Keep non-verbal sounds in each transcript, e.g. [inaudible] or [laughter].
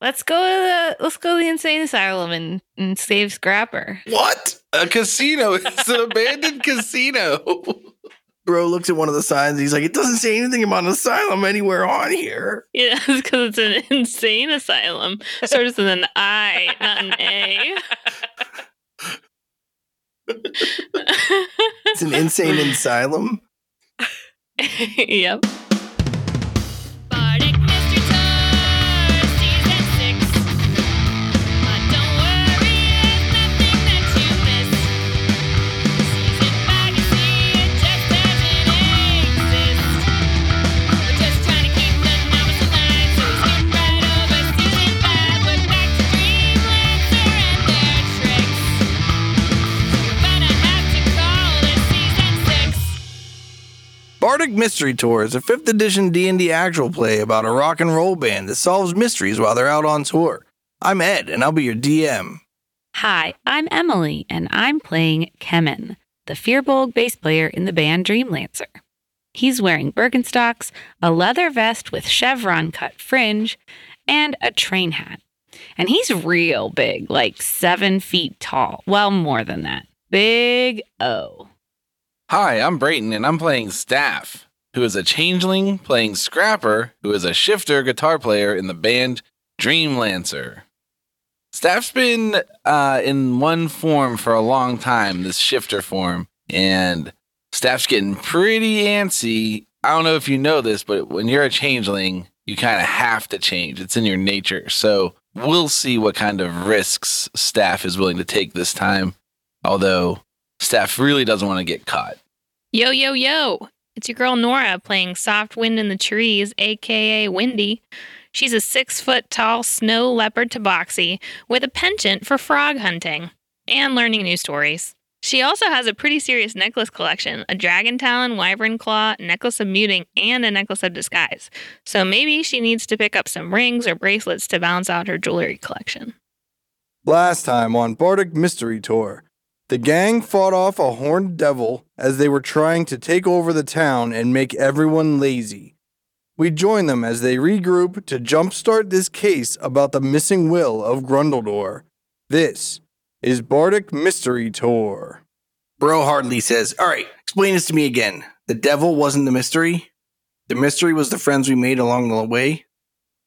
Let's go to the let's go to the insane asylum and, and save Scrapper. What? A [laughs] casino. It's an abandoned casino. Bro looks at one of the signs. He's like, it doesn't say anything about an asylum anywhere on here. Yeah, [laughs] because it's an insane asylum. Starts with an I, not an [laughs] A. It's an [laughs] insane asylum. yep. Bardic Mystery Tour, Season 6. But don't worry, it's nothing that you missed. Season 5, you see it just doesn't exist. We're just trying to keep the numbers aligned, so we skip right over Season 5. We're back to Dreamlancer and their tricks. We're gonna have to call this Season 6. Bardic Mystery Tour is a 5th edition D&D actual play about a rock and roll band that solves mysteries while they're out on tour. I'm Ed, and I'll be your DM. Hi, I'm Emily, and I'm playing Kemen, the Fearbolg bass player in the band Dreamlancer. He's wearing Birkenstocks, a leather vest with chevron cut fringe, and a train hat. And he's real big, like seven feet tall. Well, more than that. Big O. Hi, I'm Brayton, and I'm playing Staff, who is a changeling playing Scrapper, who is a shifter guitar player in the band Dreamlancer. Staff's been uh, in one form for a long time, this shifter form, and Staff's getting pretty antsy. I don't know if you know this, but when you're a changeling, you kind of have to change. It's in your nature. So we'll see what kind of risks Staff is willing to take this time, although Staff really doesn't want to get caught. Yo yo yo. It's your girl Nora playing Soft Wind in the Trees, aka Windy. She's a six foot tall snow leopard tabaxi with a penchant for frog hunting and learning new stories. She also has a pretty serious necklace collection a dragon talon, wyvern claw, necklace of muting, and a necklace of disguise. So maybe she needs to pick up some rings or bracelets to balance out her jewelry collection. Last time on Bardic Mystery Tour, the gang fought off a horned devil as they were trying to take over the town and make everyone lazy. We join them as they regroup to jumpstart this case about the missing will of Grundledor. This is Bardic Mystery Tour. Bro Hardly says, All right, explain this to me again. The devil wasn't the mystery? The mystery was the friends we made along the way?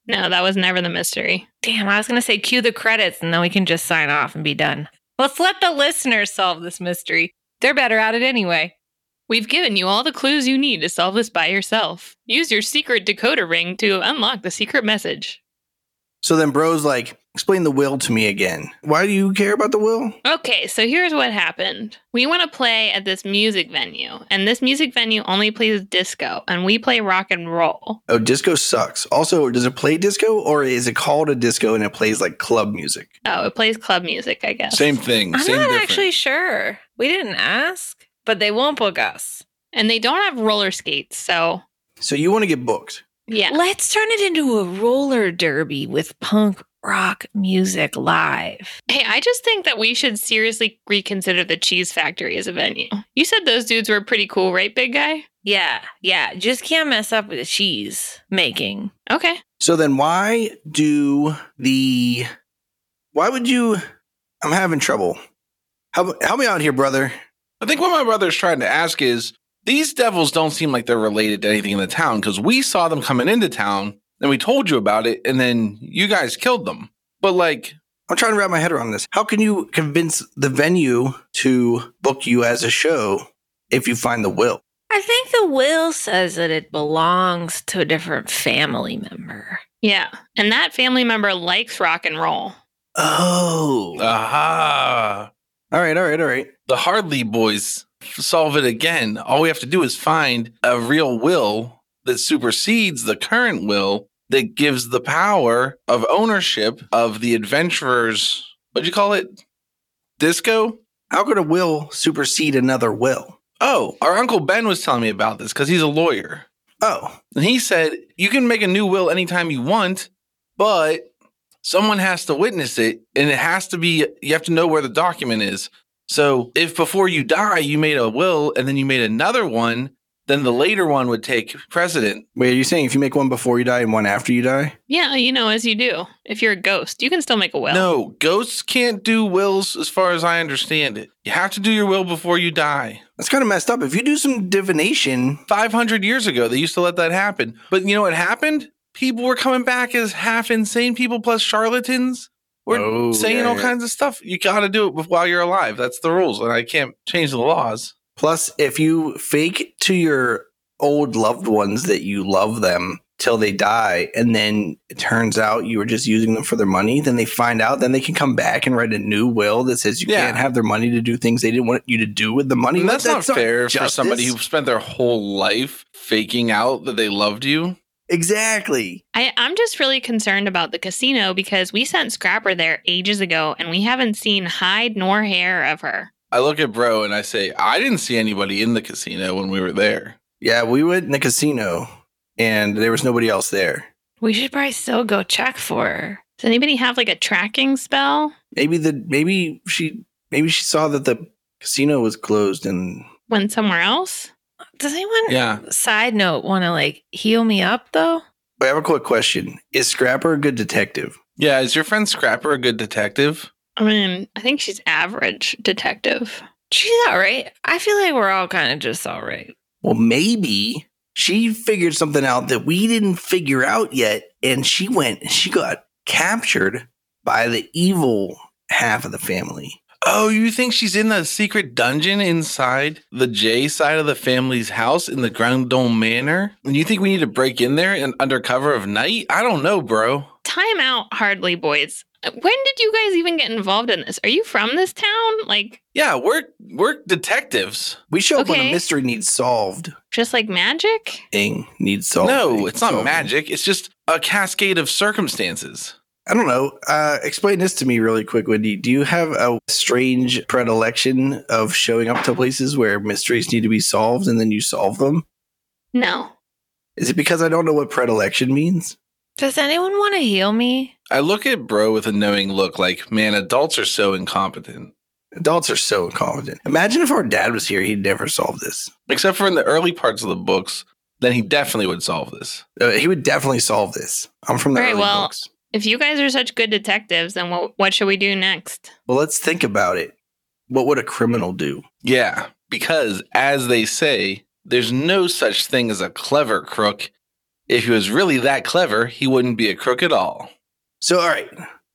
No, that was never the mystery. Damn, I was gonna say cue the credits and then we can just sign off and be done. Let's let the listeners solve this mystery. They're better at it anyway. We've given you all the clues you need to solve this by yourself. Use your secret decoder ring to unlock the secret message. So then Bro's like, Explain the will to me again. Why do you care about the will? Okay, so here's what happened. We want to play at this music venue, and this music venue only plays disco, and we play rock and roll. Oh, disco sucks. Also, does it play disco or is it called a disco and it plays like club music? Oh, it plays club music, I guess. Same thing. I'm same not difference. actually sure. We didn't ask, but they won't book us. And they don't have roller skates, so So you want to get booked. yeah. Let's turn it into a roller derby with punk rock music live. Hey, I just think that we should seriously reconsider the Cheese Factory as a venue. You said those dudes were pretty cool, right, big guy? Yeah, yeah. Just can't mess up with the cheese making. Okay. So then why do the why would you I'm having trouble. Help, help me out here, brother. I think what my brother's trying to ask is these devils don't seem like they're related to anything in the town because we saw them coming into town and we told you about it and then you guys killed them. But like, I'm trying to wrap my head around this. How can you convince the venue to book you as a show if you find the will? I think the will says that it belongs to a different family member. Yeah. And that family member likes rock and roll. Oh. aha, all right, all right, all right. the Hardley boys f- solve it again. All we have to do is find a real will that supersedes the current will that gives the power of ownership of the adventurers. What'd you call it? Disco? How could a will supersede another will? Oh, our Uncle Ben was telling me about this because he's a lawyer. Oh, And he said, You can make a new will anytime you want, but someone has to witness it. And it has to be, you have to know where the document is. So if before you die, you made a will and then you made another one, then the later one would take precedent. Wait, are you saying if you make one before you die and one after you die? Yeah, you know, as you do. If you're a ghost, you can still make a will. No, ghosts can't do wills as far as I understand it. You have to do your will before you die. That's kind of messed up. If you do some divination, 500 years ago, they used to let that happen. But you know what happened? People were coming back as half insane people plus charlatans. We're Oh, saying yeah, all yeah. kinds of stuff. You got to do it bef- while you're alive. That's the rules, and I can't change the laws. Plus, if you fake to your old loved ones that you love them till they die, and then it turns out you were just using them for their money, then they find out, then they can come back and write a new will that says you Yeah. can't have their money to do things they didn't want you to do with the money. And that's, not fair for justice. somebody who spent their whole life faking out that they loved you. exactly. I, I'm just really concerned about the casino because we sent Scrapper there ages ago and we haven't seen hide nor hair of her. I look at Bro and I say, I didn't see anybody in the casino when we were there. Yeah, we went in the casino, and there was nobody else there. We should probably still go check for her. Does anybody have like a tracking spell? Maybe the maybe she maybe she saw that the casino was closed and Went somewhere else? Does anyone, Yeah. side note, want to like heal me up though? I have a quick question. Is Scrapper a good detective? Yeah. Is your friend Scrapper a good detective? I mean, I think she's average detective. She's all right. I feel like we're all kind of just all right. Well, maybe she figured something out that we didn't figure out yet. And she went and she got captured by the evil half of the family. Oh, you think she's in the secret dungeon inside the J side of the family's house in the Grand Dome Manor? And you think we need to break in there and under cover of night? I don't know, bro. Time out, Hardly Boys. When did you guys even get involved in this? Are you from this town? Like, Yeah, we're we're detectives. We show up when a Okay. mystery needs solved. just like magic? Thing needs solved. no, it's not Solving. magic. It's just a cascade of circumstances. I don't know. Uh, explain this to me really quick, Wendy. Do you have a strange predilection of showing up to places where mysteries need to be solved and then you solve them? No. Is it because I don't know what predilection means? Does anyone want to heal me? I look at bro with a knowing look like, man, adults are so incompetent. Adults are so incompetent. Imagine if our dad was here, he'd never solve this. Except for in the early parts of the books, then he definitely would solve this. Uh, he would definitely solve this. I'm from the Very early well. books. If you guys are such good detectives, then what, what should we do next? Well, let's think about it. What would a criminal do? Yeah, because as they say, there's no such thing as a clever crook. If he was really that clever, he wouldn't be a crook at all. So, all right,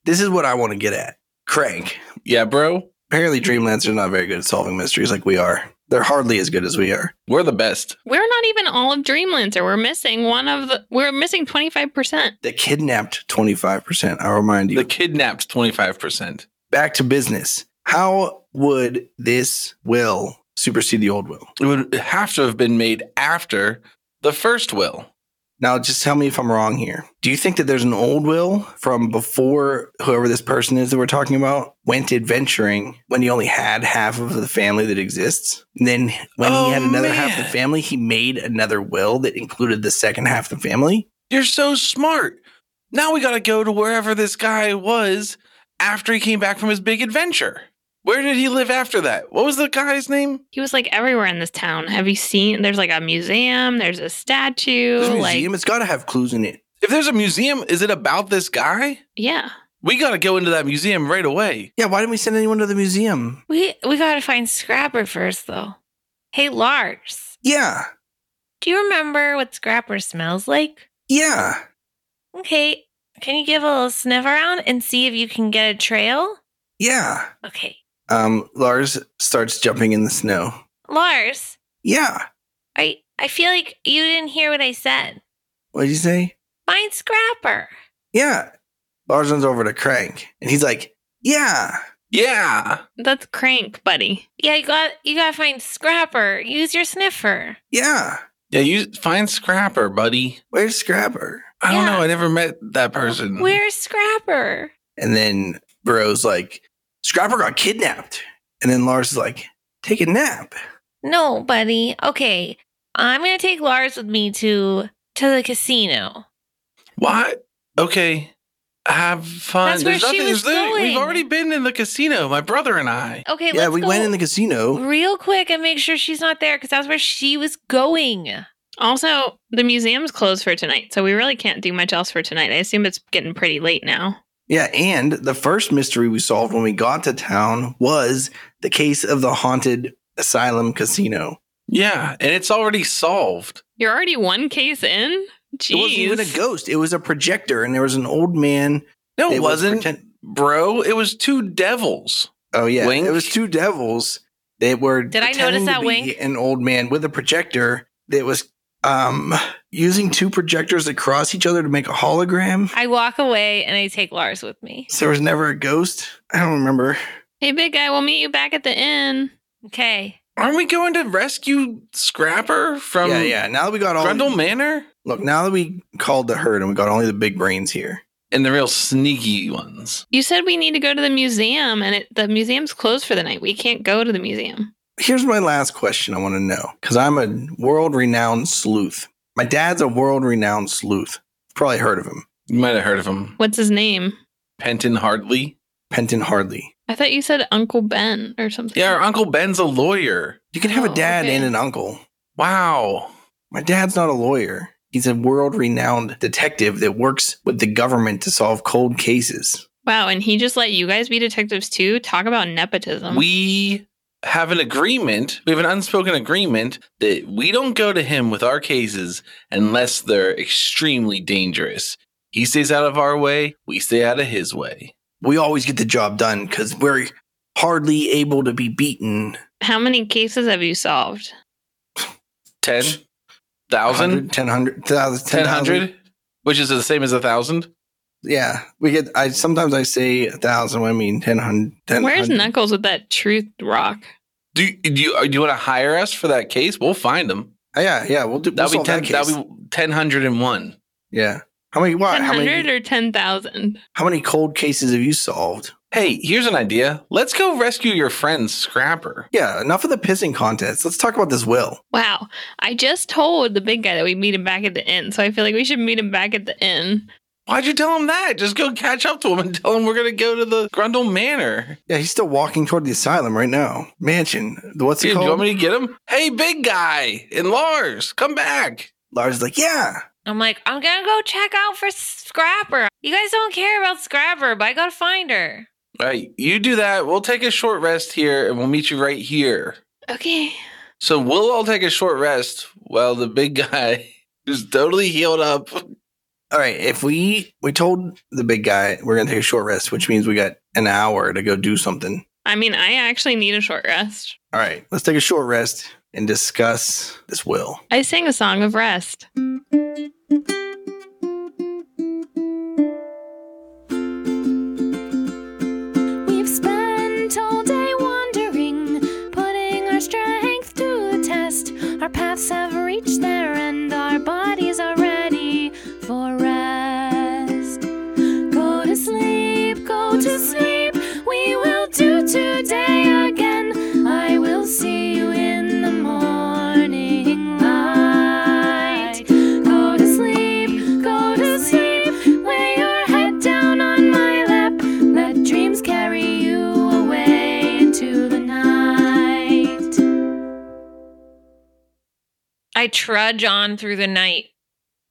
this is what I want to get at. Crank. Yeah, bro, Apparently, Dreamlands are not very good at solving mysteries like we are. They're hardly as good as we are. we're the best. We're not even all of Dreamlancer. We're missing one of the. We're missing twenty five percent. They kidnapped 25%. I'll remind you. The kidnapped 25%. Back to business. How would this will supersede the old will? It would have to have been made after the first will. Now, just tell me if I'm wrong here. Do you think that there's an old will from before whoever this person is that we're talking about went adventuring when he only had half of the family that exists? And then when Oh, he had another half of the man. family, he made another will that included the second half of the family? You're so smart. Now we got to go to wherever this guy was after he came back from his big adventure. Where did he live after that? What was the guy's name? He was like everywhere in this town. Have you seen? There's like a museum. There's a statue. This like, museum, it's got to have clues in it. If there's a museum, is it about this guy? yeah. We got to go into that museum right away. Yeah, why didn't we send anyone to the museum? We we gotta find Scrapper first though. Hey Lars, Yeah, do you remember what Scrapper smells like? yeah. Okay, can you give a little sniff around and see if you can get a trail? Yeah. Okay, Um, Lars starts jumping in the snow. Lars, Yeah. I I feel like you didn't hear what I said. What did you say? Find Scrapper. Yeah. Lars runs over to Crank and he's like, Yeah. Yeah. That's crank, buddy. Yeah, you got you gotta find Scrapper. Use your sniffer. Yeah. Yeah, you find Scrapper, buddy. Where's Scrapper? I don't Yeah. know. I never met that person. Where's Scrapper? And then Burrow's like, Scrapper got kidnapped. And then Lars is like, Take a nap. No, buddy. Okay, I'm gonna take Lars with me to to the casino. What? Okay. have fun. That's where There's she nothing. was there's nothing- going. We've already been in the casino, my brother and I. Okay, yeah, let's we go Mm-hmm. went in the casino. real quick and make sure she's not there because that's where she was going. Also, the museum's closed for tonight, so we really can't do much else for tonight. I assume it's getting pretty late now. Yeah, and the first mystery we solved when we got to town was the case of the haunted asylum casino. Yeah, and it's already solved. You're already one case in? Jeez. It wasn't even a ghost. It was a projector, and there was an old man. No, that it was wasn't, pretend- bro. It was two devils. oh yeah, Wink? it was two devils that were. Did I notice pretending to that be wink? An old man with a projector that was um using two projectors that cross each other to make a hologram. I walk away and I take Lars with me. So there was never a ghost. I don't remember. Hey, big guy, we'll meet you back at the inn. Okay. Aren't we going to rescue Scrapper from yeah, yeah. Now that we got all Grundle Manor look, now that we called the herd and we got only the big brains here. and the real sneaky ones? You said we need to go to the museum, and it, the museum's closed for the night. We can't go to the museum. Here's my last question I want to know because I'm a world renowned sleuth. My dad's a world renowned sleuth. Probably heard of him, You might have heard of him, What's his name? Penton Hardley. Penton Hardley. I thought you said Uncle Ben or something. Yeah, our uncle Ben's a lawyer. You can have Oh, a dad okay. and an uncle. Wow. My dad's not a lawyer. He's a world renowned detective that works with the government to solve cold cases. Wow, and he just let you guys be detectives too? Talk about nepotism. we have an agreement. We have an unspoken agreement that we don't go to him with our cases unless they're extremely dangerous. He stays out of our way. We stay out of his way. We always get the job done because we're hardly able to be beaten. How many cases have you solved? Ten 100, thousand, 10, 100, 10,000, ten hundred, which is the same as a thousand. Yeah, we get. I sometimes I say a thousand. When I mean ten hundred. Where's Knuckles with that truth rock? Do you, do you, do you want to hire us for that case? We'll find him. Oh, Yeah, yeah. We'll do. We'll That'll solve be ten. that case. that'll be ten hundred and one. yeah. How many? What? How 100 many? or 10,000? How many cold cases have you solved? Hey, here's an idea. Let's go rescue your friend Scrapper. Yeah. Enough of the pissing contest. Let's talk about this will. Wow. I just told the big guy that we meet him back at the inn, so I feel like we should meet him back at the inn. Why'd you tell him that? Just go catch up to him and [laughs] tell him we're gonna go to the Grundle Manor. Yeah, he's still walking toward the asylum right now. Mansion. What's Dude, it you called? want me to get him? Hey, big guy and Lars, come back. Lars is like, yeah. I'm like, I'm going to go check out for Scrapper. You guys don't care about Scrapper, but I got to find her. All right, you do that. We'll take a short rest here, and we'll meet you right here. Okay. So we'll all take a short rest while the big [laughs] guy is totally healed up. All right. If we we told the big guy we're gonna take a short rest, which means we got an hour to go do something. I mean, I actually need a short rest. All right. Let's take a short rest and discuss this will. I sang a song of rest. We've spent all day wandering, putting our strength to the test. Our paths have reached their end, our bodies are ready for rest. Go to sleep, go to sleep, we will do today again. I will see you in the morning light. Go to sleep, go to sleep, lay your head down on my lap. Let dreams carry you away into the night. I trudge on through the night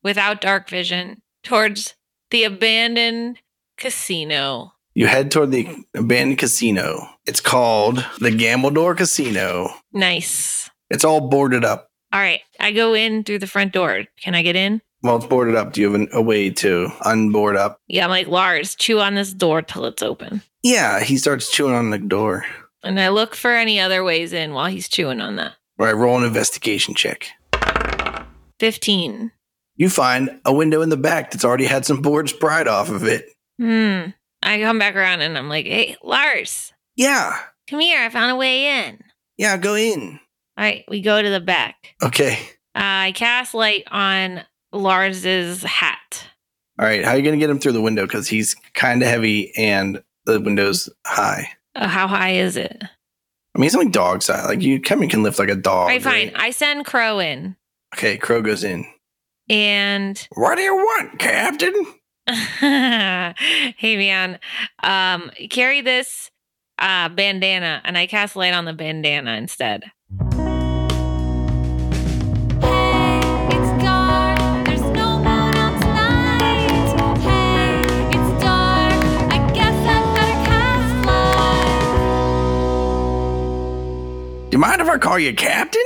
without dark vision towards the abandoned casino. You head toward the abandoned casino. It's called the Gambledore Casino. Nice. It's all boarded up. All right. I go in through the front door. Can I get in? Well, it's boarded up. Do you have an, a way to unboard up? Yeah, I'm like, Lars, chew on this door till it's open. Yeah, he starts chewing on the door. And I look for any other ways in while he's chewing on that. All right, roll an investigation check. 15. You find a window in the back that's already had some boards pried off of it. Hmm. I come back around and I'm like, hey, Lars, Yeah, come here. I found a way in. yeah, go in. All right, we go to the back. Uh, Okay. I cast light on Lars's hat. All right, how are you going to get him through the window? Because he's kind of heavy and the window's high. Uh, how high is it? I mean, he's only dog size. Like, you, Kevin can lift like a dog. All right, fine. right? I send Crow in Okay, Crow goes in. and [laughs] What do you want, Captain? hey man, um, carry this uh, bandana, and I cast light on the bandana instead. [laughs] Hey, it's dark. There's no moon out tonight. Hey, it's dark. I guess I'd better cast light. You mind if I call you Captain?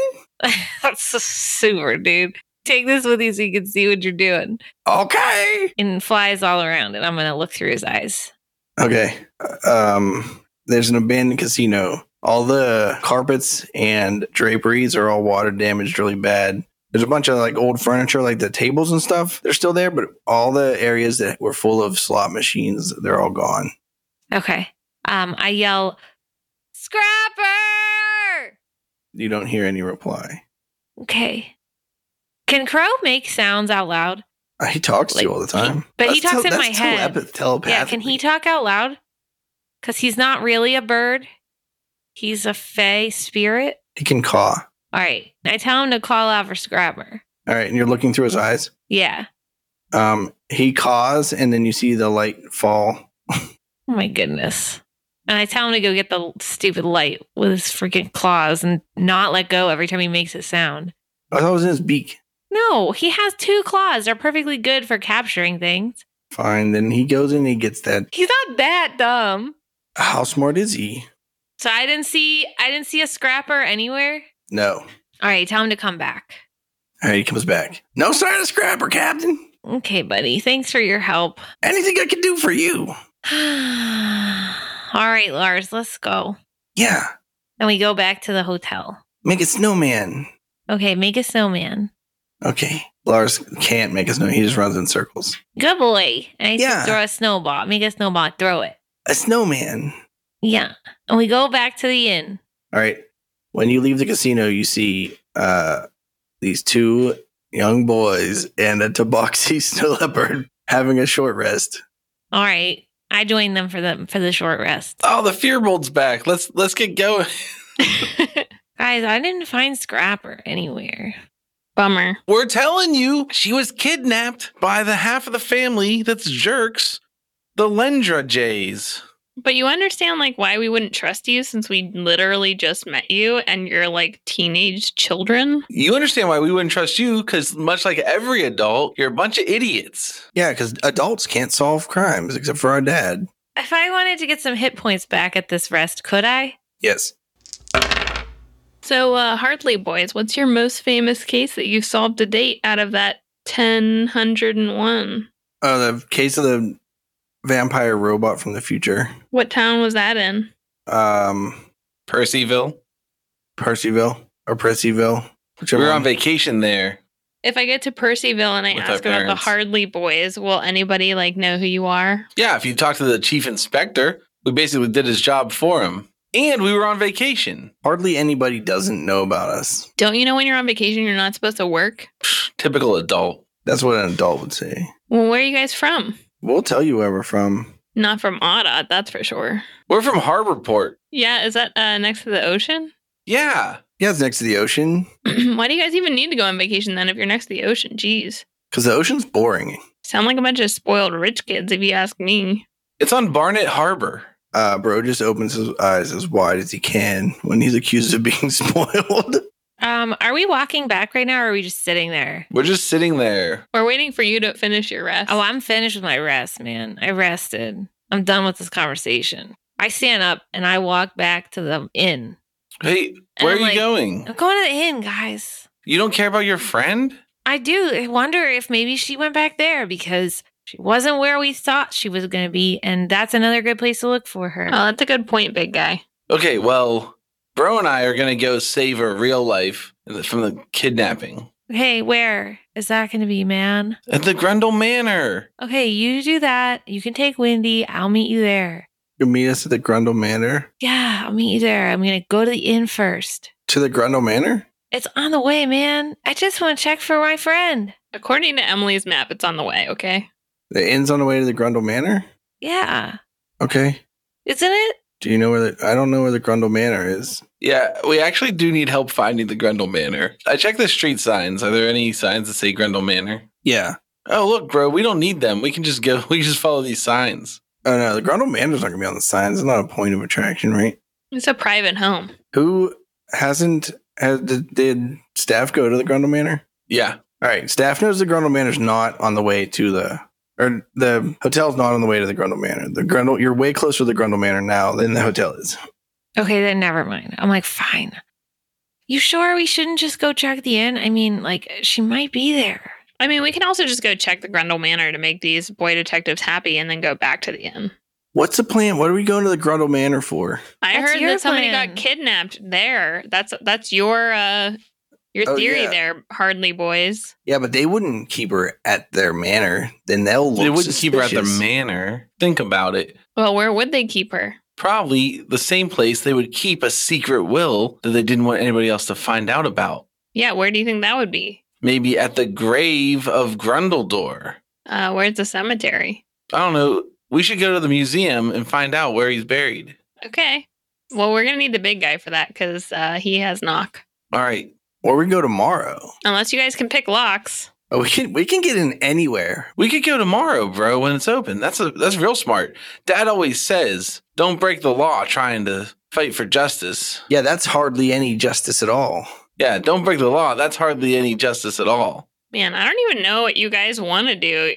That's so super, dude. Take this with you so you can see what you're doing. Okay. And flies all around, and I'm gonna look through his eyes. Okay. Um, there's an abandoned casino. All the carpets and draperies are all water damaged really bad. There's a bunch of like old furniture, like the tables and stuff. They're still there, but all the areas that were full of slot machines, they're all gone. Okay. Um, I yell, Scrapper. You don't hear any reply. Okay. Can Crow make sounds out loud? Uh, He talks to Like, you all the time. but he talks in that's my head. telepath- telepathic. Yeah, can he talk out loud? Because he's not really a bird. He's a fey spirit. He can caw. All right. I tell him to call out for Scrapper. All right, and you're looking through his eyes. Yeah. Um, he caws, and then you see the light fall. Oh my goodness. And I tell him to go get the stupid light with his freaking claws and not let go every time he makes a sound. I thought it Oh, was in his beak. No, he has two claws. They're perfectly good for capturing things. Fine. Then he goes in and he gets that. He's not that dumb. How smart is he? So I didn't see I didn't see a scrapper anywhere. No. All right, tell him to come back. All right, he comes back. No sign of Scrapper, Captain. Okay, buddy. Thanks for your help. [sighs] Anything I can do for you? All right, Lars, let's go. Yeah. And we go back to the hotel. Make a snowman. Okay, make a snowman. Okay. Lars can't make a snow. He just runs in circles. Good boy. And I Yeah. said, throw a snowball. Make a snowball. Throw it. A snowman. Yeah. And we go back to the inn. All right. When you leave the casino, you see uh, these two young boys and a Tabaxi [laughs] snow leopard having a short rest. All right. I joined them for the for the short rest. Oh, the Fearbold's back. Let's let's get going. Guys, I didn't find Scrapper anywhere. Bummer. We're telling you, she was kidnapped by the half of the family that's jerks, the Lendra Jays. But you understand like why we wouldn't trust you since we literally just met you and you're like teenage children. You understand why we wouldn't trust you because, much like every adult, you're a bunch of idiots. Yeah, because adults can't solve crimes except for our dad. If I wanted to get some hit points back at this rest, could I? Yes. So uh Hartley boys, what's your most famous case that you've solved to date out of that 1001? Uh, the case of the vampire robot from the future, What town was that in? um, Percyville. Percyville or Percyville. We Whichever were on one. vacation there. If I get to Percyville and I With our ask about the parents. Hardley boys, will anybody like know who you are? Yeah, if you talk to the chief inspector, we basically did his job for him. And we were on vacation. Hardly anybody doesn't know about us. Don't you know when you're on vacation you're not supposed to work? Psh, typical adult. That's what an adult would say. Well, where are you guys from? We'll tell you where we're from. Not from Otta, that's for sure. We're from Harborport. Yeah, is that uh, next to the ocean? [clears throat] Yeah. Yeah, it's next to the ocean Why do you guys even need to go on vacation then if you're next to the ocean? Jeez. because the ocean's boring. Sound like a bunch of spoiled rich kids if you ask me. It's on Barnett Harbor. Uh, bro just opens his eyes as wide as he can when he's accused of being [laughs] spoiled. Um, are we walking back right now or are we just sitting there? We're just sitting there. We're waiting for you to finish your rest. Oh, I'm finished with my rest, man. I rested. I'm done with this conversation. I stand up and I walk back to the inn. Hey, And where I'm are like- you going? I'm going to the inn, guys. You don't care about your friend? I do I wonder if maybe she went back there because she wasn't where we thought she was going to be. And that's another good place to look for her. oh, that's a good point, big guy. Okay, well, Bro and I are going to go save her real life from the kidnapping hey, where is that going to be, man? at the Grundle Manor. Okay, you do that. You can take Wendy. I'll meet you there. You meet us at the Grundle Manor. Yeah, I'll meet you there. I'm going to go to the inn first. To the Grundle Manor? It's on the way, man. I just want to check for my friend. According to Emily's map, it's on the way, okay? The inn's on the way to the Grundle Manor? Yeah. Okay. Isn't it? Do you know where the I don't know where the Grundle Manor is. Yeah, we actually do need help finding the Grundle Manor. I checked the street signs. Are there any signs that say Grundle Manor? Yeah. Oh, look, bro, we don't need them. We can just go, [laughs] we just follow these signs. Oh no, the ground old man is not gonna be on the signs. It's not a point of attraction, right? It's a private home. Who hasn't has, did, did staff go to the Grundle Manor? Yeah. All right, staff knows the Grundle Manor's not on the way to the or the hotel's not on the way to the Grundle Manor. The Grundle you're way closer to the Grundle Manor now than the hotel is. Okay, then never mind. I'm like, fine. You sure we shouldn't just go check the inn? I mean, like, she might be there. I mean, we can also just go check the Grundle Manor to make these boy detectives happy and then go back to the inn. What's the plan? What are we going to the Grundle Manor for? I That's heard your that somebody plan. got kidnapped there. That's that's your uh your Oh, theory yeah. there, Hardly Boys. Yeah, but they wouldn't keep her at their manor. Then they'll look they wouldn't keep her at the suspicious. manor. Think about it. Well, where would they keep her? Probably the same place they would keep a secret will that they didn't want anybody else to find out about. Yeah, where do you think that would be? Maybe at the grave of Grundledor. Uh, where's the cemetery? I don't know. We should go to the museum and find out where he's buried. Okay. Well, we're gonna need the big guy for that because uh, he has knock. All right. Or we go tomorrow. Unless you guys can pick locks. Oh, we can we can get in anywhere. We could go tomorrow, bro, when it's open. That's a that's real smart. Dad always says, don't break the law trying to fight for justice. Yeah, that's hardly any justice at all. Yeah, don't break the law. That's hardly any justice at all. Man, I don't even know what you guys want to do.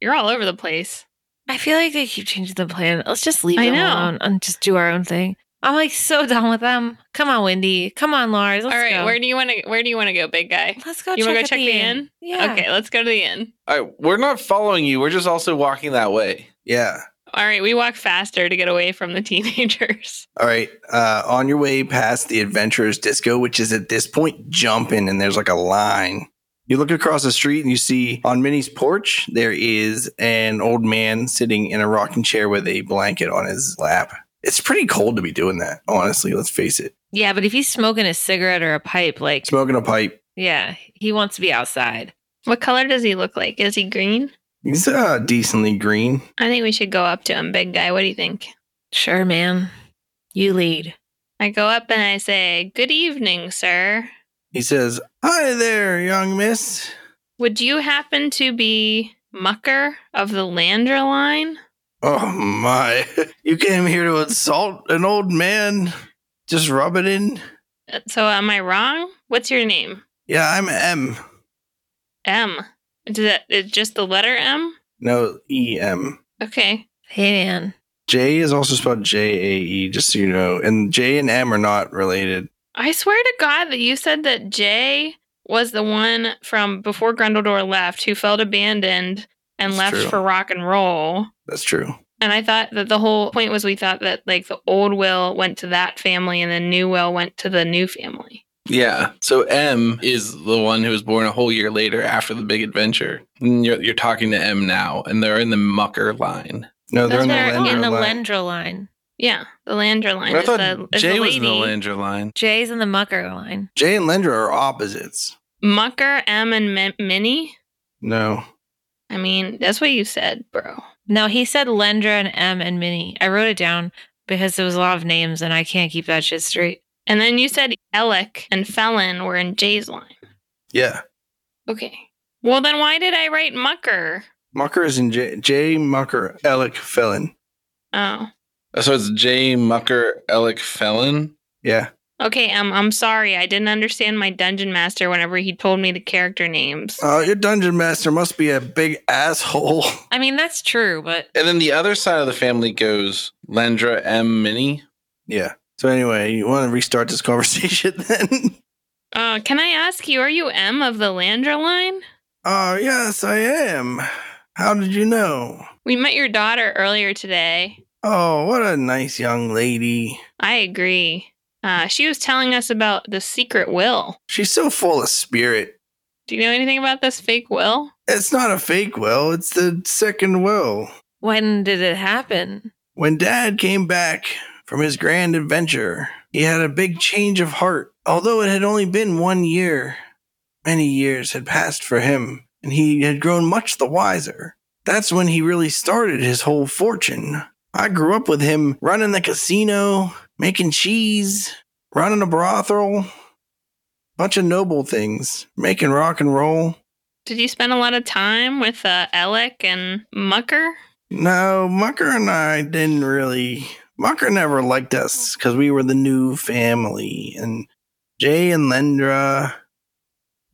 You're all over the place. I feel like they keep changing the plan. Let's just leave I them know. alone and just do our own thing. I'm like so [laughs] done with them. Come on, Wendy. Come on, Lars. Let's all right, go. where do you want to where do you want to go, big guy? Let's go. You check wanna go out check the inn? Yeah. Okay, let's go to the inn. All right, we're not following you. We're just also walking that way. Yeah. All right, we walk faster to get away from the [laughs] teenagers. All right. Uh, on your way past the Adventurers Disco, which is at this point jumping, and there's like a line. You look across the street and you see on Minnie's porch, there is an old man sitting in a rocking chair with a blanket on his lap. It's pretty cold to be doing that, honestly. Let's face it. Yeah, but if he's smoking a cigarette or a pipe, like, Smoking a pipe. yeah, he wants to be outside. What color does he look like? Is he green? He's uh, decently green. I think we should go up to him, big guy. What do you think? Sure, man. You lead. I go up and I say, "Good evening, sir. He says, Hi there, young miss. Would you happen to be Mucker of the Landra line?" Oh my. [laughs] You came here to insult an old man? Just rub it in? Uh, So am I wrong? What's your name? Yeah, I'm M. M. Is that is just the letter M? No, E M. Okay. Hey, man. J is also spelled J A E, just so you know. And J and M are not related. I swear to God that you said that Jay was the one from before Grundledor left who felt abandoned and That's left true. for rock and roll. That's true. And I thought that the whole point was we thought that like the old will went to that family and the new will went to the new family. Yeah. So M is the one who was born a whole year later after the big adventure. And you're, you're talking to M now, and they're in the mucker line. No, they're They're in the Lander in the line. Lendra line. Yeah, the Landra line. I is thought the, is Jay the was in the lady. Lander line. Jay's in the Mucker line. J and Lender are opposites. Mucker, M, and Min- Minnie. No. I mean, that's what you said, bro. No, he said Lendra and M and Minnie. I wrote it down because there was a lot of names and I can't keep that shit straight. And then you said Alec and Felon were in Jay's line. Yeah. Okay. Well, then why did I write Mucker? Mucker is in J. J Mucker, Alec Felon. Oh. So it's J Mucker Alec Felon. Yeah. Okay, um, I'm sorry. I didn't understand my dungeon master whenever he told me the character names. Oh, your dungeon master must be a big asshole. [laughs] I mean, that's true, but And then the other side of the family goes Landra M Mini. yeah. So anyway, you want to restart this [laughs] conversation then? [laughs] Uh, can I ask you, are you M of the Landra line? Oh, yes, I am. How did you know? We met your daughter earlier today. Oh, what a nice young lady. I agree. Uh, she was telling us about the secret will. She's so full of spirit. Do you know anything about this fake will? It's not a fake will, it's the second will. when did it happen? When Dad came back from his grand adventure, he had a big change of heart. Although it had only been one year, many years had passed for him, and he had grown much the wiser. That's when he really started his whole fortune. I grew up with him running the casino, making cheese, running a brothel, bunch of noble things, making rock and roll. Did you spend a lot of time with uh, Alec and Mucker? No, Mucker and I didn't really. Mucker never liked us because we were the new family, and Jay and Lendra,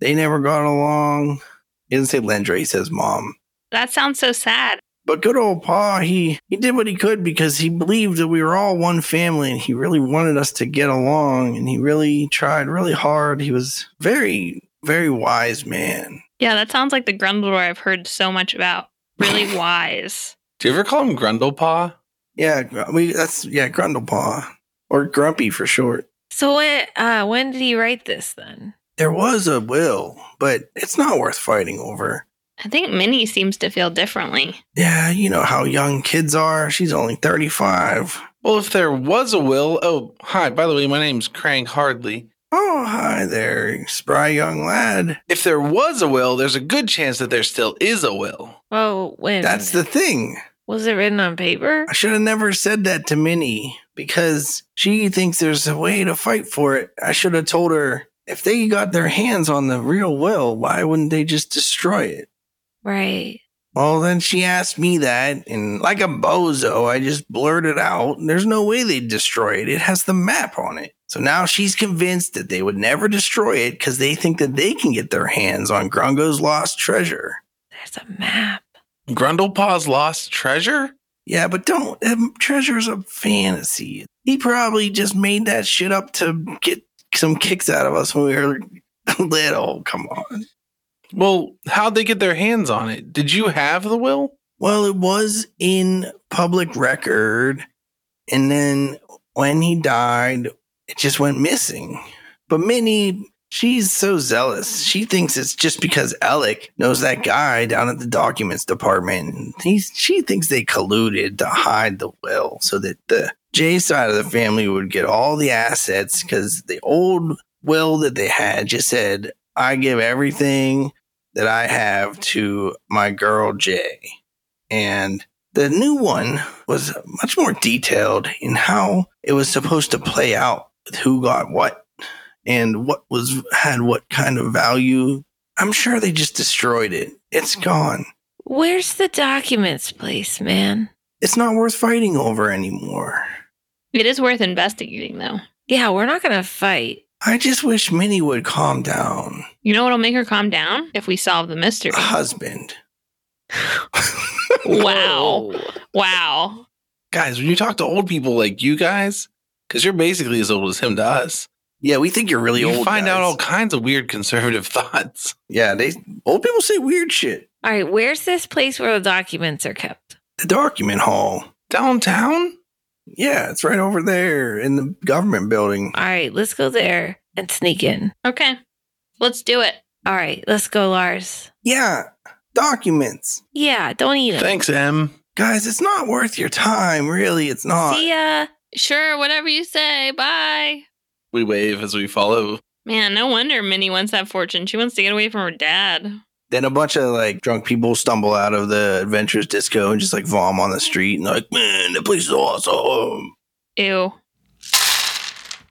they never got along. He doesn't say Lendra; he says mom. That sounds so sad. But good old Pa, he he did what he could because he believed that we were all one family, and he really wanted us to get along, and he really tried really hard. He was very very wise man. Yeah, that sounds like the Grundledor I've heard so much about. Really wise. Do you ever call him Grundlepaw? Yeah, gr- we that's yeah Grundlepaw or Grumpy for short. So when uh, when did he write this then? There was a will, but it's not worth fighting over. I think Minnie seems to feel differently. Yeah, you know how young kids are. She's only 35. Well, if there was a will. Oh, hi. By the way, my name's Crank Hardley. Oh, hi there, spry young lad. If there was a will, there's a good chance that there still is a will. Well, when That's the thing. was it written on paper? I should have never said that to Minnie because she thinks there's a way to fight for it. I should have told her if they got their hands on the real will, why wouldn't they just destroy it? Right. Well, then she asked me that, and like a bozo, I just blurted out, There's no way they'd destroy it. It has the map on it. So now she's convinced that they would never destroy it because they think that they can get their hands on Grungo's lost treasure. There's a map. Grundlepaw's lost treasure? Yeah, but don't. Um, treasure's a fantasy. He probably just made that shit up to get some kicks out of us when we were [laughs] little. Come on. Well, how'd they get their hands on it? Did you have the will? Well, it was in public record. And then when he died, it just went missing. But Minnie, she's so zealous. She thinks it's just because Alec knows that guy down at the documents department. He's, she thinks they colluded to hide the will so that the J side of the family would get all the assets because the old will that they had just said, I give everything that I have to my girl Jay. And the new one was much more detailed in how it was supposed to play out with who got what and what was had what kind of value. I'm sure they just destroyed it. It's gone. Where's the documents place, man? It's not worth fighting over anymore. It is worth investigating, though. Yeah, we're not gonna fight. I just wish Minnie would calm down. You know what'll make her calm down? If we solve the [laughs] mystery. A husband. wow. Wow. Guys, when you talk to old people like you guys, because you're basically as old as him to us, yeah, we think you're really you old. find out guys. all kinds of weird conservative [laughs] thoughts. Yeah, they old people say weird shit. All right, where's this place where the documents are kept? The document hall. Downtown? Yeah, it's right over there in the government building. All right, let's go there and sneak in. Okay. Let's do it. All right, let's go, Lars. Yeah, documents. Yeah, don't eat 'em. Thanks, Em. Guys, it's not worth your time, really. It's not. See ya. Sure, whatever you say. Bye. We wave as we follow. Man, no wonder Minnie wants that fortune. She wants to get away from her dad. Then a bunch of like drunk people stumble out of the adventures disco and just like vom on the street and like, man, the place is awesome. Ew.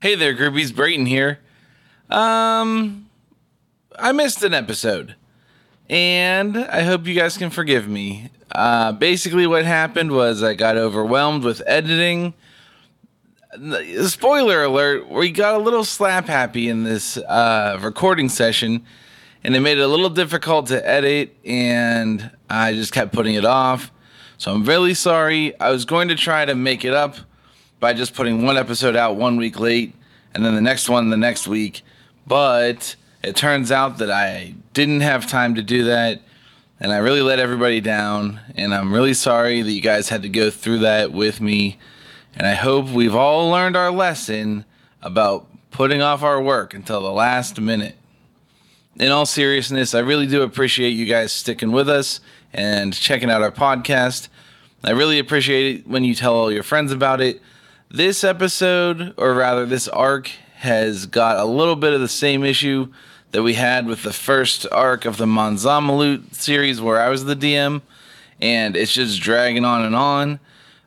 Hey there, groupies. Brayton here. Um, I missed an episode, and I hope you guys can forgive me. Uh, basically, what happened was I got overwhelmed with editing. N- Spoiler alert: We got a little slap happy in this uh, recording session, and it made it a little difficult to edit, and I just kept putting it off. So I'm really sorry. I was going to try to make it up by just putting one episode out one week late and then the next one the next week. But it turns out that I didn't have time to do that and I really let everybody down. And I'm really sorry that you guys had to go through that with me. And I hope we've all learned our lesson about putting off our work until the last minute. In all seriousness, I really do appreciate you guys sticking with us and checking out our podcast. I really appreciate it when you tell all your friends about it this episode, or rather, this arc, has got a little bit of the same issue that we had with the first arc of the Manzamalut series, where I was the DM, and it's just dragging on and on.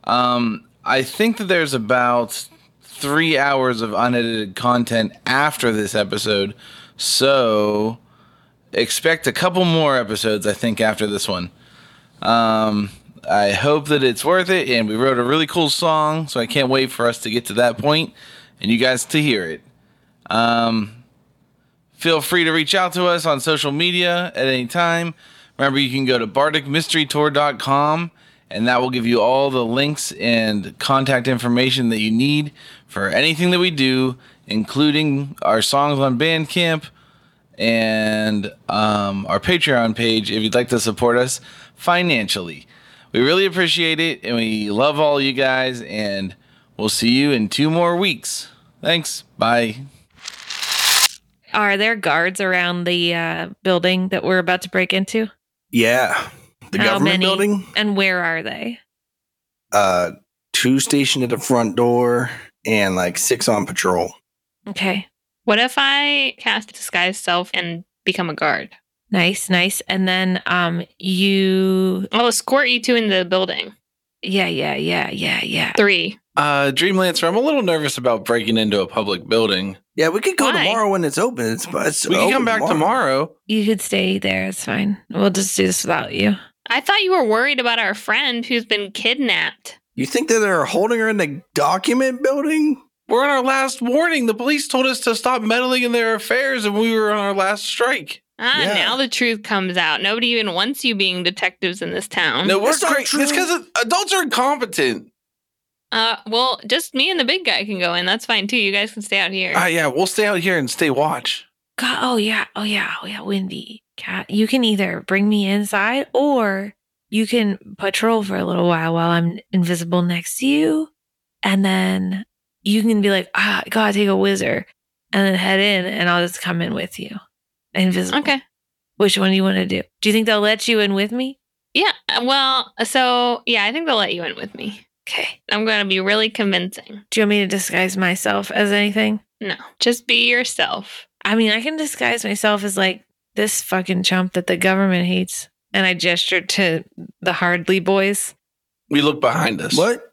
Um, I think that there's about three hours of unedited content after this episode, so expect a couple more episodes, I think, after this one. Um, I hope that it's worth it, and we wrote a really cool song, so I can't wait for us to get to that point and you guys to hear it. Um, feel free to reach out to us on social media at any time. Remember, you can go to bardicmysterytour.com, and that will give you all the links and contact information that you need for anything that we do, including our songs on Bandcamp and um, our Patreon page if you'd like to support us financially. We really appreciate it, and we love all you guys, and we'll see you in two more weeks. Thanks. Bye. Are there guards around the uh, building that we're about to break into? Yeah. The How government many? building. And where are they? Uh two stationed at the front door and like six on patrol. Okay. What if I cast disguise self and become a guard? Nice, nice. And then um you I'll escort you two in the building. yeah, yeah, yeah, yeah, yeah. Three. Uh, Dreamlancer, I'm a little nervous about breaking into a public building. Yeah, we could go Why? tomorrow when it's open. It's, it's we can open come back tomorrow. You could stay there, it's fine. We'll just do this without you. I thought you were worried about our friend who's been kidnapped. You think that they're holding her in the document building? We're on our last warning. The police told us to stop meddling in their affairs, and we were on our last strike. Ah, Yeah. now the truth comes out. Nobody even wants you being detectives in this Mm-hmm. town. No, we're That's not great. true. It's because adults are incompetent. Uh, well, just me and the big guy can go in. That's fine too. You guys can stay out here. Ah, yeah, we'll stay out here and stay watch. God, oh yeah, oh yeah, oh yeah, Wendy. Cat, you can either bring me inside or you can patrol for a little while while I'm invisible next to you. And then you can be like, ah, I gotta take a whizzer and then head in and I'll just come in with you. Invisible. okay. Which one do you want to do? Do you think they'll let you in with me? Yeah. uh, Well, so yeah, I think they'll let you in with me. Okay. I'm going to be really convincing. Do you want me to disguise myself as anything? No, just be yourself. I mean, I can disguise myself as like this fucking chump that the government hates. And I gestured to the Hardly boys. We look behind us. What?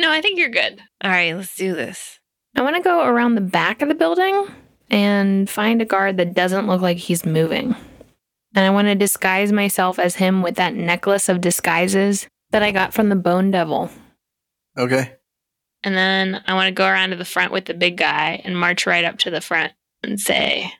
No, I think you're good. All right, let's do this. I want to go around the back of the building and find a guard that doesn't look like he's moving. And I want to disguise myself as him with that necklace of disguises that I got from the Bone Devil. Okay. And then I want to go around to the front with the big guy and march right up to the front and say,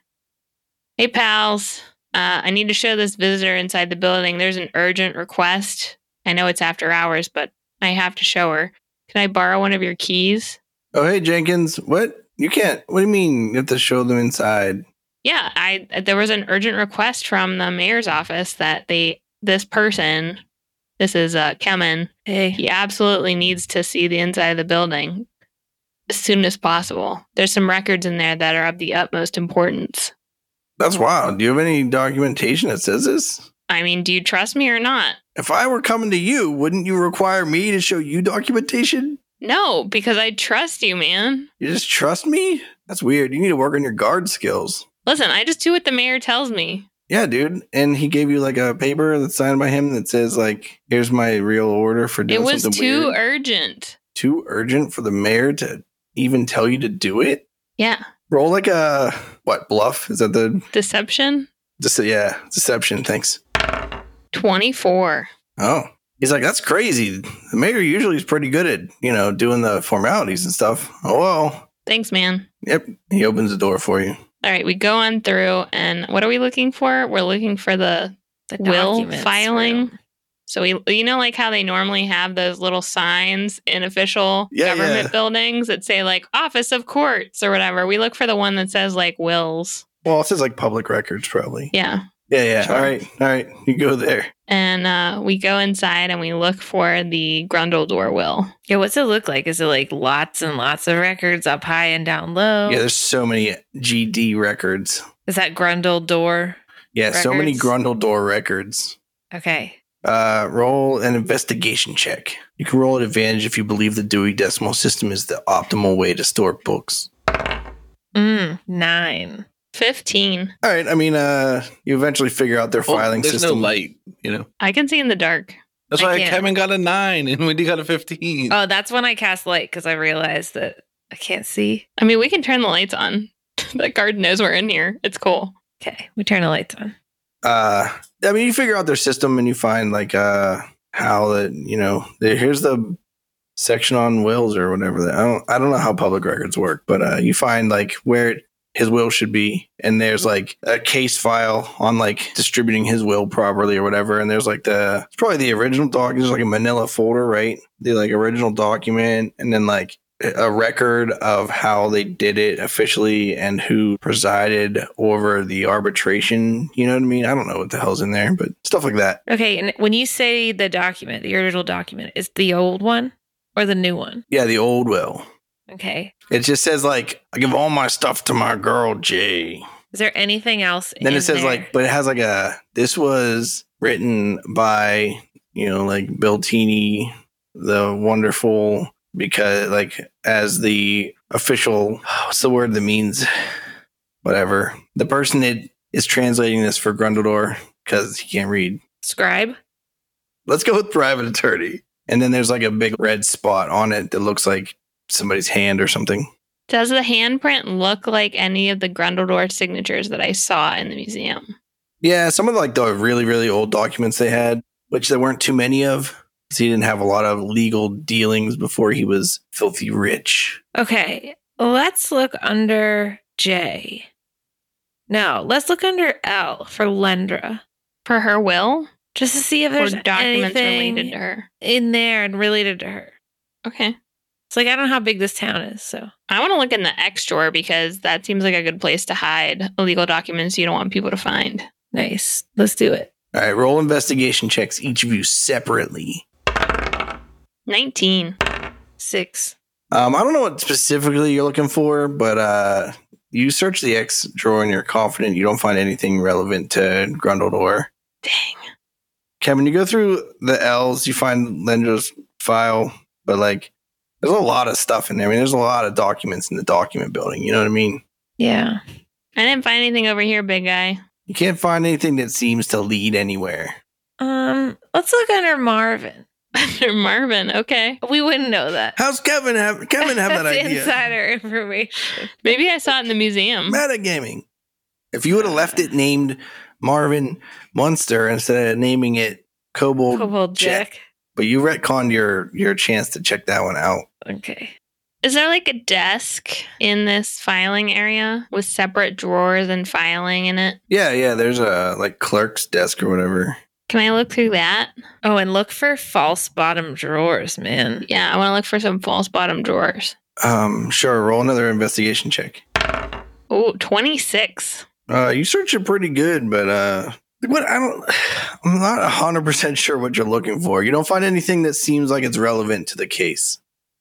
Hey, pals, uh, I need to show this visitor inside the building. There's an urgent request. I know it's after hours, but I have to show her. Can I borrow one of your keys? Oh, hey, Jenkins. What? You can't. What do you mean? You have to show them inside. Yeah, I there was an urgent request from the mayor's office that they this person, this is uh Kemen, Hey. He absolutely needs to see the inside of the building as soon as possible. There's some records in there that are of the utmost importance. That's wild. Do you have any documentation that says this? I mean, do you trust me or not? If I were coming to you, wouldn't you require me to show you documentation? No, because I trust you, man. You just trust me? That's weird. You need to work on your guard skills. Listen, I just do what the mayor tells me. Yeah, dude. And he gave you like a paper that's signed by him that says like, "Here's my real order for doing it was something too weird." urgent. too urgent for the mayor to even tell you to do it. Yeah. Roll like a what bluff? Is that the Deception? just yeah deception? Thanks. 24. Oh, he's like that's crazy. The mayor usually is pretty good at you know doing the formalities and stuff. Oh well. Thanks, man. Yep. He opens the door for you. All right, we go on through, and what are we looking for? We're looking for the the will documents filing. room. So we, you know, like how they normally have those little signs in official Yeah, government yeah. buildings that say like Office of Courts or whatever. We look for the one that says like wills. Well, it says like public records probably. Yeah. Yeah, yeah. Sure. All right, all right. You go there. And uh, we go inside and we look for the Grundledor will. Yeah, what's it look like? Is it like lots and lots of records up high and down Oh. low? Yeah, there's so many GD records. Is that Grundle door? Yeah, so many Records. Grundle door records. Okay. Uh, roll an investigation check. You can roll at advantage if you believe the Dewey Decimal System is the optimal way to store books. Mm, nine. Fifteen. All right, I mean, uh, you eventually figure out their Well, filing there's system. no light, you know. I can see in the dark. That's I why can't. Kevin got a nine and Wendy got a fifteen. Oh, that's when I cast light because I realized that I can't see. I [laughs] mean, we can turn the lights on. that guard knows we're in here. It's cool. Okay, we turn the lights on. uh I mean you figure out their system and you find like uh how that you know there- here's the section on wills or whatever that I don't I don't know how public records work, but uh you find like where it, his will should be and there's like a case file on like distributing his will properly or whatever and there's like the it's probably the original doc there's like a manila folder, right? The like original document and then like a record of how they did it officially and who presided over the arbitration. You know what I mean? I don't know what the hell's in there, but stuff like that. Okay, and when you say the document, the original document, is the old one or the new one? Yeah, the old will. Okay. It just says like I give all my stuff to my girl Jay. Is there anything else? Then in it says there? like, but it has like a this was written by you know like Beltini, the wonderful because like as the official what's the word that means whatever the person that is translating this for Grundledor because he can't read. scribe. Let's go with private attorney. And then there's like a big red spot on it that looks like somebody's hand or something. Does the handprint look like any of the Grundledor signatures that I saw in the museum? Yeah, some of like the really really old documents they had, which there weren't too many of, 'cause he didn't have a lot of legal dealings before he was filthy rich. Okay, let's look under J. No, let's look under L for Lendra, For her will just to see if or there's documents anything related to her? in there and related to her. Okay. It's like I don't know how big this town is, so I want to look in the X drawer because that seems like a good place to hide illegal documents you don't want people to find. nice. Let's do it. All right, roll investigation checks each of you separately. 19. Six. Um, I don't know what specifically you're looking for, but uh, you search the X drawer and you're confident you don't find anything relevant to Grundledor. Dang. Kevin, you go through the L's, you find Lendra's file, but like there's a lot of stuff in there. I mean, there's a lot of documents in the document building. You know what I mean? Yeah. I didn't find anything over here, big guy. [laughs] You can't find anything that seems to lead anywhere. Um. Let's look under Marvin. Under Marvin. Okay. We wouldn't know that. How's Kevin have Kevin have [laughs] that That's idea? insider information. Maybe I saw it in the museum. [laughs] Metagaming. If you would have left it named Marvin Munster instead of naming it Kobold, Kobold Jack. Jack. but you retconned your your chance to check that one out. Okay. Is there like a desk in this filing area with separate drawers and filing in it? Yeah, yeah. There's a like clerk's desk or whatever. Can I look through that? Oh, and look for false bottom drawers, man. Yeah, I want to look for some false bottom drawers. Um, sure. Roll another investigation check. Oh, 26. Uh, you search it pretty good, but uh, what I don't, [sighs] I'm not hundred percent sure what you're looking for. You don't find anything that seems like it's relevant to the case.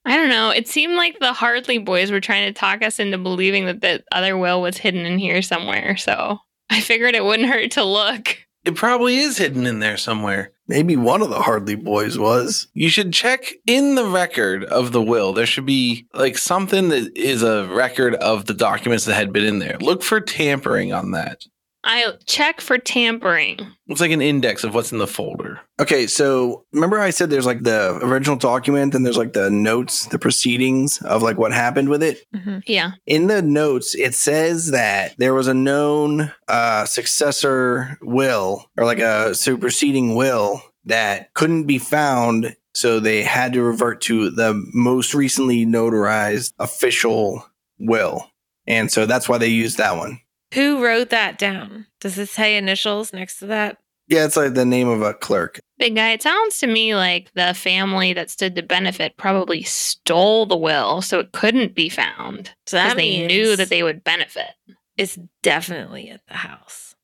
I don't know. It seemed like the Hartley boys were trying to talk us into believing that the other will was hidden in here somewhere. So I figured it wouldn't hurt to look. It probably is hidden in there somewhere. Maybe one of the Hardley boys was. You should check in the record of the will. There should be like something that is a record of the documents that had been in there. Look for tampering on that. I check for tampering. It's like an index of what's in the folder. Okay, so remember I said there's like the original document, and there's like the notes, the proceedings of like what happened with it. Mhm. Yeah. in the notes it says that there was a known uh, successor will or like a superseding will that couldn't be found so they had to revert to the most recently notarized official will and so that's why they used that one Who wrote that down? Does it say initials next to that? yeah it's like the name of a clerk Big guy, it sounds to me like the family that stood to benefit probably stole the will so it couldn't be found So because that they means knew that they would benefit. it's definitely at the house.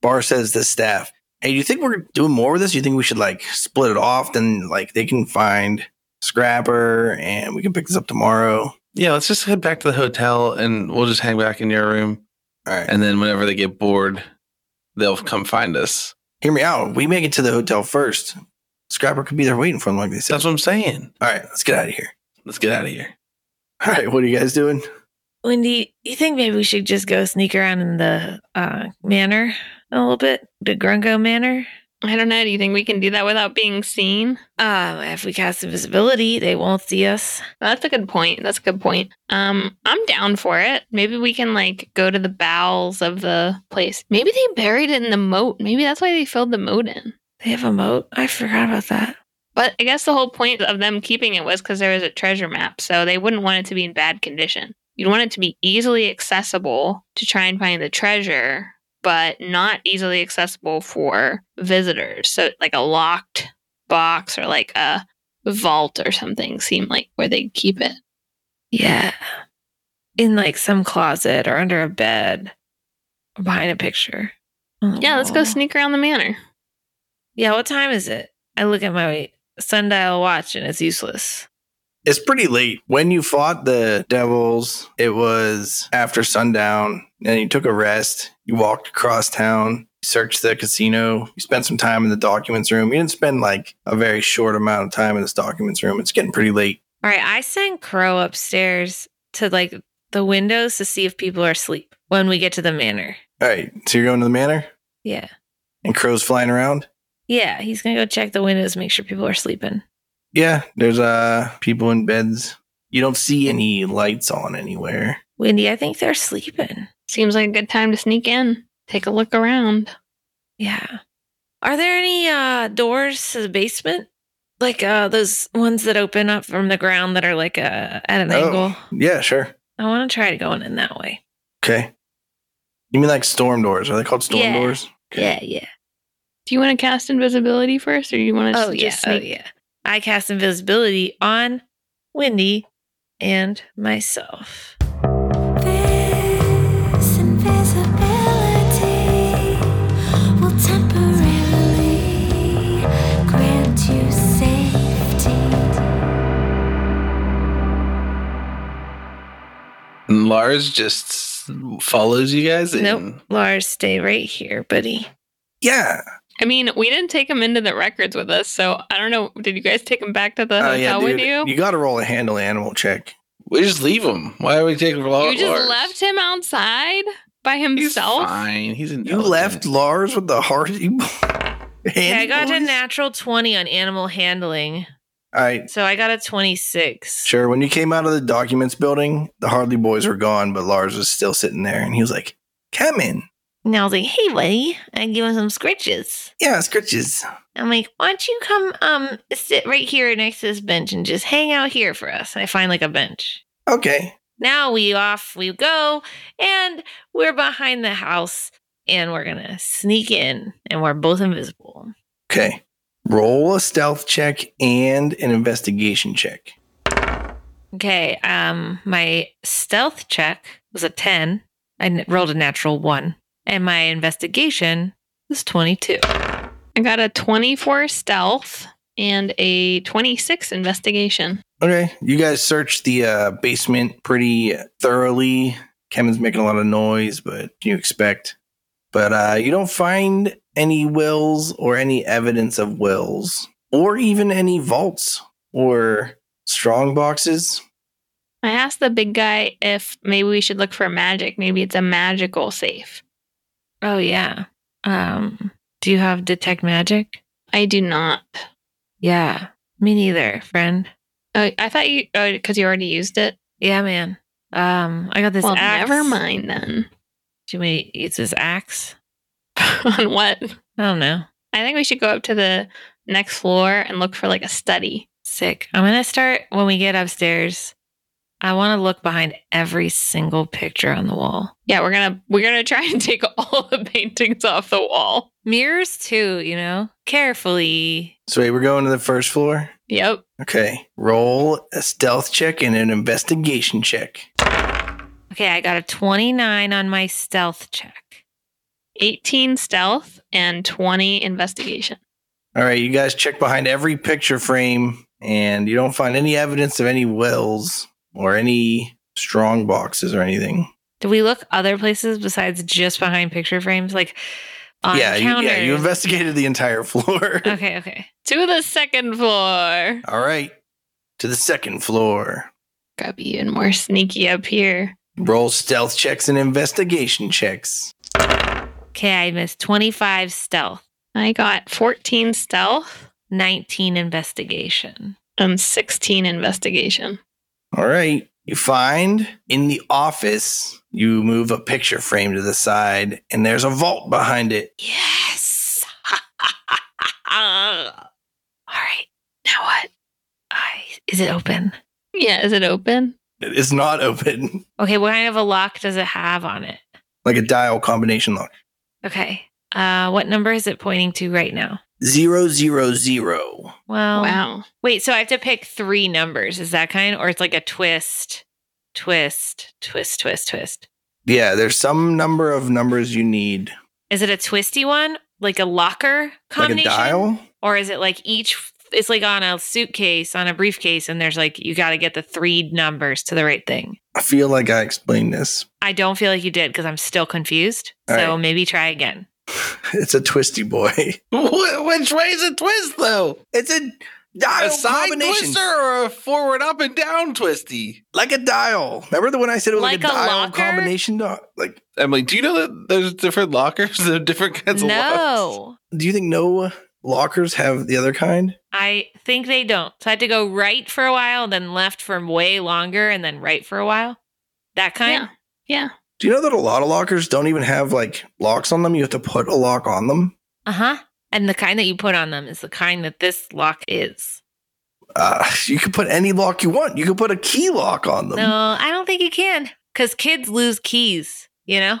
barr says to staff hey do you think we're doing more with this you think we should like split it off then like they can find scrapper and we can pick this up tomorrow all Yeah, let's just head back to the hotel and we'll just hang back in your room. right And then whenever they get bored, they'll come find us. Hear me out. We make it to the hotel first. Scrapper could be there waiting for him, like they said. That's what I'm saying. All right, let's get out of here. Let's get out of here. All right, what are you guys doing? Wendy, you think maybe we should just go sneak around in the uh, manor a little bit, the Grungo Manor? I don't know. Do you think we can do that without being seen? Um, if we cast invisibility, they won't see us. That's a good point. That's a good point. Um, I'm down for it. Maybe we can like go to the bowels of the place. Maybe they buried it in the moat. Maybe that's why they filled the moat in. They have a moat. I forgot about that. But I guess the whole point of them keeping it was because there was a treasure map, so they wouldn't want it to be in bad condition. You'd want it to be easily accessible to try and find the treasure, but not easily accessible for visitors. So like a locked box or like a vault or something seemed like where they'd keep it. Yeah. In like some closet or under a bed or behind a picture. on the Yeah, let's go wall. sneak around the manor. Yeah, what time is it? I look at my sundial watch and it's useless. It's pretty late. When you fought the devils, it was after sundown, and you took a rest. You walked across town, searched the casino, you spent some time in the documents room. You didn't spend like a very short amount of time in this documents room. It's getting pretty late. All right, I send Crow upstairs to like the windows to see if people are asleep when we get to the manor. All right, so you're going to the manor, Yeah. and crows flying around. Yeah, he's gonna go check the windows, make sure people are sleeping. Yeah, there's uh people in beds. You don't see any lights on anywhere. Wendy, I think they're sleeping. Seems like a good time to sneak in. Take a look around. Yeah. Are there any uh doors to the basement? Like uh those ones that open up from the ground that are like uh at an Oh. angle. Yeah, sure. I wanna try going in that way. Okay. You mean like storm doors? Are they called storm Yeah. doors? Yeah, yeah. Do you want to cast invisibility first, or do you want to Oh yeah, just oh sneak? yeah. I cast invisibility on Wendy and myself. This invisibility will temporarily grant you safety. And Lars Lars just s- follows you guys in. Nope. Lars, stay right here, buddy. Yeah. I mean, we didn't take him into the records with us, so I don't know. Did you guys take him back to the Oh, hotel yeah, with dude. you? You, got to roll a handle animal check. We just leave him. Why are we taking Lars? just left him outside by Oh, He's himself. fine. He's You Oh, left Lars with the hard. [laughs] You Okay, I got a Handy boys? natural 20 on animal handling. All right. So I got a 26. Sure. When you came out of the documents building, the Hardley boys were gone, but Lars was still sitting there, and he was like, "Come in, And I was like, hey, buddy, I give him some scritches. yeah, scritches." I'm like, why don't you come um sit right here next to this bench and just hang out here for us? I find like a bench. Okay. Now we off we go and we're behind the house and we're gonna sneak in and we're both invisible. Okay. Roll a stealth check and an investigation check. Okay, um my stealth check was a 10. I n- rolled a natural 1 and my investigation was 22. I got a 24 stealth and a 26 investigation. Okay. You guys searched the uh, basement pretty thoroughly. Kevin's making a lot of noise, but you expect. But uh, you don't find any wills or any evidence of wills or even any vaults or strong boxes. I asked the big guy if maybe we should look for magic. Maybe it's a magical safe. Oh yeah. Um do you have detect magic? I do not. Yeah, me neither, friend. Oh, I thought you, because you already used it. Yeah, man. Um, I got this well, axe. never mind then. Do we use this axe? [laughs] On what? I don't know. I think we should go up to the next floor and look for like a study. Sick. I'm gonna start when we get upstairs. I want to look behind every single picture on the wall. Yeah, we're gonna we're gonna try and take [laughs] all the paintings off the wall. Mirrors too, you know. Carefully. So, wait, we're going to the first floor. Yep. Okay. Roll a stealth check and an investigation check. Okay, I got a 29 on my stealth check. 18 stealth and 20 investigation. All right. You guys check behind every picture frame and you don't find any evidence of any wills or any strong boxes or anything. Do we look other places besides just behind picture frames, like on yeah, you, counters? yeah, you investigated the entire [laughs] floor. Okay, okay. To the second floor. All right, to the second floor. Gotta be even more sneaky up here. Roll stealth checks and investigation checks. Okay, I missed 25 stealth. I got 14 stealth 19 investigation. and 16 investigation. All right. You find in the office, you move a picture frame to the side, and there's a vault behind it. Yes. [laughs] All right. Now what? I is it open? Yeah, is it open? It is not [laughs] open, Okay, what kind of a lock does it have on it? like a dial combination lock. Okay. Uh what number is it pointing to right now? Zero, zero, zero. Well, wow. Wait, so I have to pick 3 numbers. Is that kind or it's like a twist twist twist twist twist. Yeah, there's some number of numbers you need, Is it a twisty one? Like a locker like a combination? dial. or is it like each it's like on a suitcase on a briefcase and there's like you got to get the three numbers to the right thing I feel like I explained this. i don't feel like you did because i'm still confused All so right. maybe try again It's a twisty boy. [laughs] [laughs] Wh- Which way is a twist, though? It's a dial A side combination, twister or a forward up and down twisty? like a dial. Remember the one I said it was like, Like a, a dial locker? combination? Dot? Like, Emily, do you know that there's different lockers? [laughs] There are different kinds of locks. no do you think no lockers have the other kind? i think they don't so i had to go right for a while then left for way longer and then right for a while that kind Yeah. Yeah. Do you know that a lot of lockers don't even have like locks on them? You have to put a lock on them. uh-huh and the kind that you put on them is the kind that this lock is Uh, [laughs] you can put any lock you want. You can put a key lock on Um. them. no i don't think you can because kids lose keys you know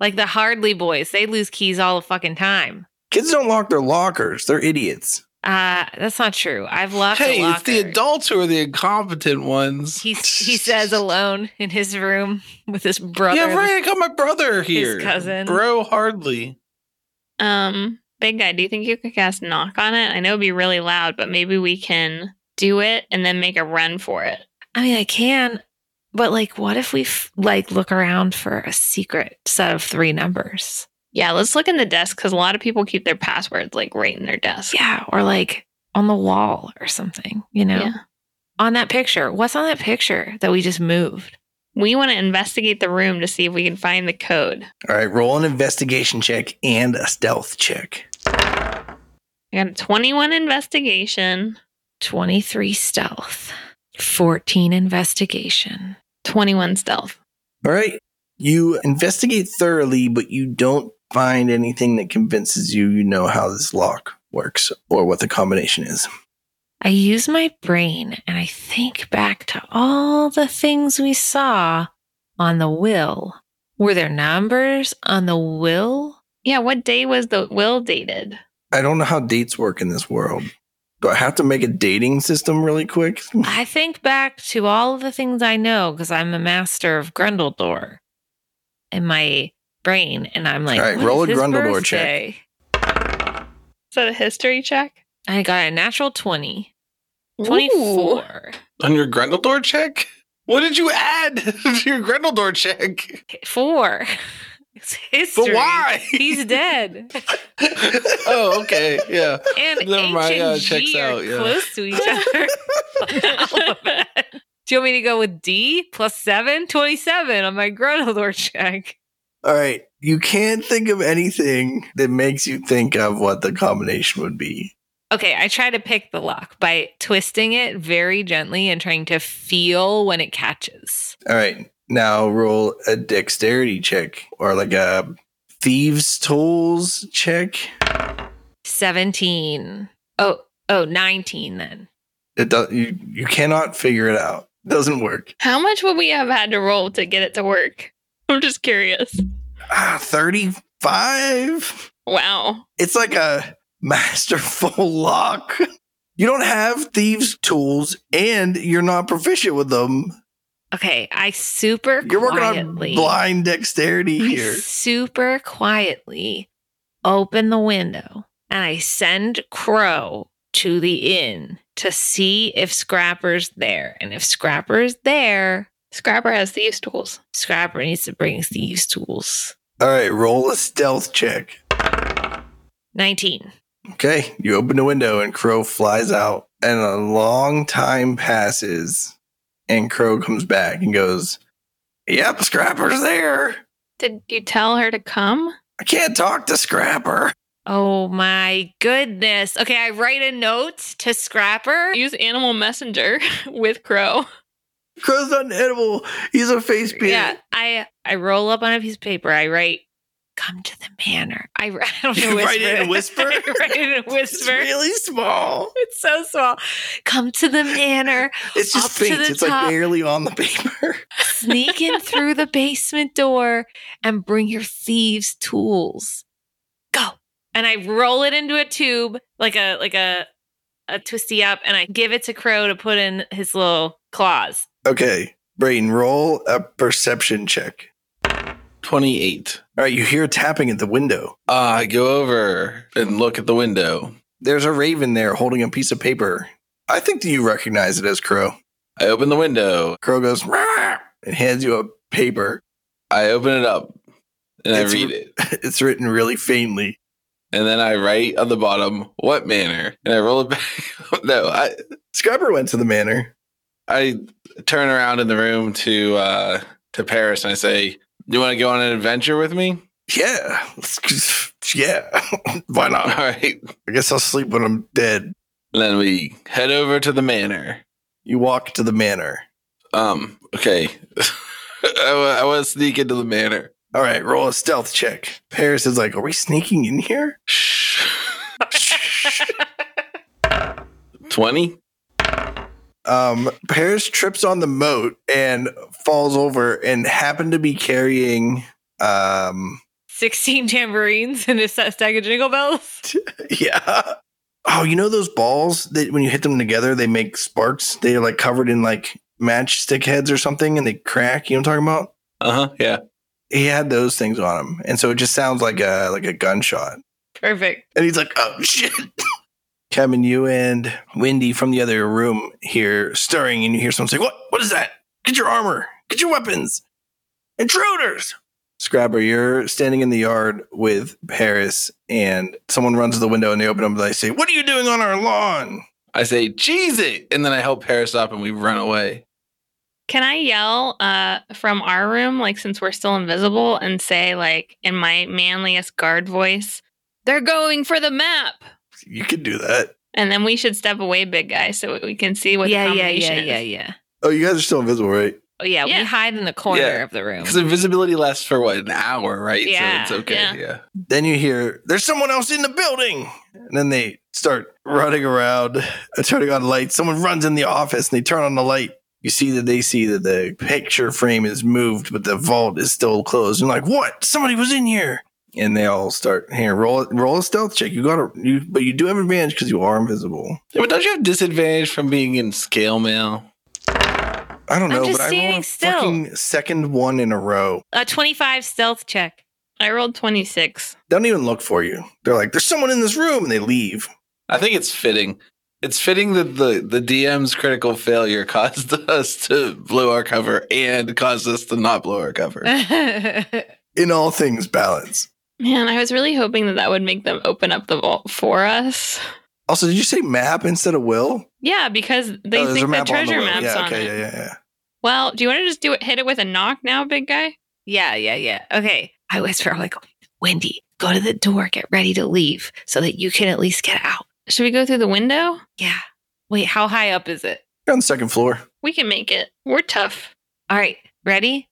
like the hardley boys they lose keys all the fucking time Kids don't lock their lockers. They're idiots. Uh, that's not true. I've locked Hey, a it's locker. the adults who are the incompetent ones. He [laughs] he says alone in his room [laughs] with his brother. yeah, right. I got my brother here. cousin. Bro, hardly. Um, big guy, do you think you could cast knock on it? I know it'd be really loud, but maybe we can do it and then make a run for it. I mean, I can, but like, what if we f- like look around for a secret set of three numbers? Yeah, let's look in the desk because a lot of people keep their passwords like right in their desk. Yeah, or like on the wall or something. You know, Yeah. on that picture. What's on that picture that we just moved? We want to investigate the room to see if we can find the code. All right, roll an investigation check and a stealth check. I got a 21 investigation, Twenty three stealth, fourteen investigation. 21 stealth. All right, you investigate thoroughly, but you don't find anything that convinces you you know how this lock works or what the combination is. I use my brain and I think back to all the things we saw on the will. Were there numbers on the [laughs] will? Yeah, what day was the will dated? I don't know how dates work in this world. Do I have to make a dating system really quick? I think back to all of the things I know because I'm a master of Grundledor in my brain. And I'm like, All right, "What roll is a his Grundledor check." birthday?" Is that a history check? I got a natural 20, 24, On your Grendeldor check? What did you add [laughs] to your Grendeldor check? 4. [laughs] It's history. But why? He's dead. [laughs] oh, okay. Yeah. And Never H mind, yeah, and it checks G are out, yeah. close to each other. [laughs] alphabet. Do you want me to go with D plus seven? 27 on my Grenaldor check. All right. You can't think of anything that makes you think of what the combination would be. Okay, I try to pick the lock by twisting it very gently and trying to feel when it catches. All right. Now roll a dexterity check or like a thieves' tools check. 17. Oh, oh, 19 then. It does, you, you cannot figure it out. Doesn't work. How much would we have had to roll to get it to work? I'm just curious. Ah, 35? Wow. It's like a [laughs] masterful lock. You don't have thieves' tools and you're not proficient with them. Okay, I super You're working quietly. on blind dexterity I here. super quietly open the window and I send Crow to the inn to see if Scrapper's there. And if Scrapper's there, Scrapper has thieves' tools. Scrapper needs to bring thieves' tools. All right, roll a stealth check. 19. Okay, you open the window and Crow flies out, and a long time passes, and Crow comes back and goes, "Yep, Scrapper's there. Did you tell her to come? I can't talk to Scrapper. Oh my goodness. Okay, I write a note to Scrapper. Use animal messenger [laughs] with Crow. Crow's not an animal. He's a face painter. Yeah, I I roll up on a piece of paper. I write, "Come to the manor." I, [laughs] I don't know. You write it in whisper. [laughs] whisper? I write [laughs] it in a It's whisper. really small. It's so small. Come to the manor. It's Up just to faint. the It's top. like barely on the paper. [laughs] Sneak [laughs] in through the basement door and bring your thieves' tools. Go. And I roll it into a tube, like a like a a twisty up, and I give it to Crow to put in his little claws. Okay, Brayden, roll a perception check. 28. All right, you hear tapping at the window. Uh, I go over and look at the window. There's a raven there holding a piece of paper. I think that you recognize it as Crow. I open the window. Crow goes "Rah!" and hands you a paper. [laughs] I open it up and It's- I read it. It's written really faintly. And then I write on the bottom, what manner? And I roll it [laughs] back. no, I, Scrapper went to the manor. I turn around in the room to uh, to Paris and I say, "You want to go on an adventure with me?" [laughs] Yeah, [laughs] yeah. [laughs] Why All not? right. I guess I'll sleep when I'm dead. And then we head over to the manor. You walk to the manor. Um. Okay. [laughs] I, wa- I want to sneak into the manor. [laughs] All right, roll a stealth check. Paris is like, "Are we sneaking in here?" Shh. Twenty. Um, Paris trips on the moat and falls over, and happened to be carrying. Um, [laughs] 16 [laughs] tambourines and a sa- stack of jingle bells. yeah. Oh, you know those balls that when you hit them together, they make sparks. They're like covered in like matchstick heads or something, and they crack. You know what I'm talking about? Uh huh. Yeah. He had those things on him, and so it just sounds like a like a gunshot. [laughs] Perfect. And he's like, oh shit. Kevin, you and Wendy from the other room hear stirring and you hear someone say, What? What is that? Get your armor. Get your weapons. Intruders. Scrabber, you're standing in the yard with Paris, and someone runs to the window and they open up and they say, What are you doing on our lawn? I say, "Cheese it!" And then I help Paris up, and we run away. Can I yell uh, from our room, like since we're still invisible, and say like in my manliest guard voice, "They're going for the map," You could do that. and then we should step away, big guy, so we can see what yeah, the yeah, yeah, combination yeah, is. yeah. Oh, you guys are still invisible, right? Oh, yeah, Yeah. we hide in the corner Yeah. of the [laughs] room. Because invisibility lasts for what an hour, right? Yeah, so it's okay. yeah. yeah. Then you hear, There's someone else in the building. And then they start running around, uh, turning on lights. Someone runs in the office and they turn on the light. You see that they see that the picture frame is moved, but the vault is still closed. And like, what? Somebody was in here. And they all start here. Roll roll a stealth check. You got to, you, but you do have advantage because you are invisible. Yeah, but don't you have disadvantage from being in scale mail? I don't I'm know, just but I standing rolled a still. fucking second one in a row. A 25 stealth check. I rolled twenty six. They don't even look for you. They're like, there's someone in this room, and they leave. I think it's fitting. It's fitting that the, the DM's critical failure [laughs] caused us to blow our cover and caused us to not blow our [laughs] cover. [laughs] In all things, balance. Man, I was really hoping that that would make them open up the vault for us. Also, did you say map instead of will? Yeah, because they Oh, there's a think the map on treasure way. map's yeah, on okay, it. Yeah, yeah, yeah. Well, do you want to just do it? Hit it with a knock now, big guy. yeah, yeah, yeah. Okay. I whisper, I'm like, Wendy, go to the door, get ready to leave so that you can at least get out. Should we go through the window? Yeah. Wait, how high up is it? You're on the second floor. We can make it. We're tough. All right, ready?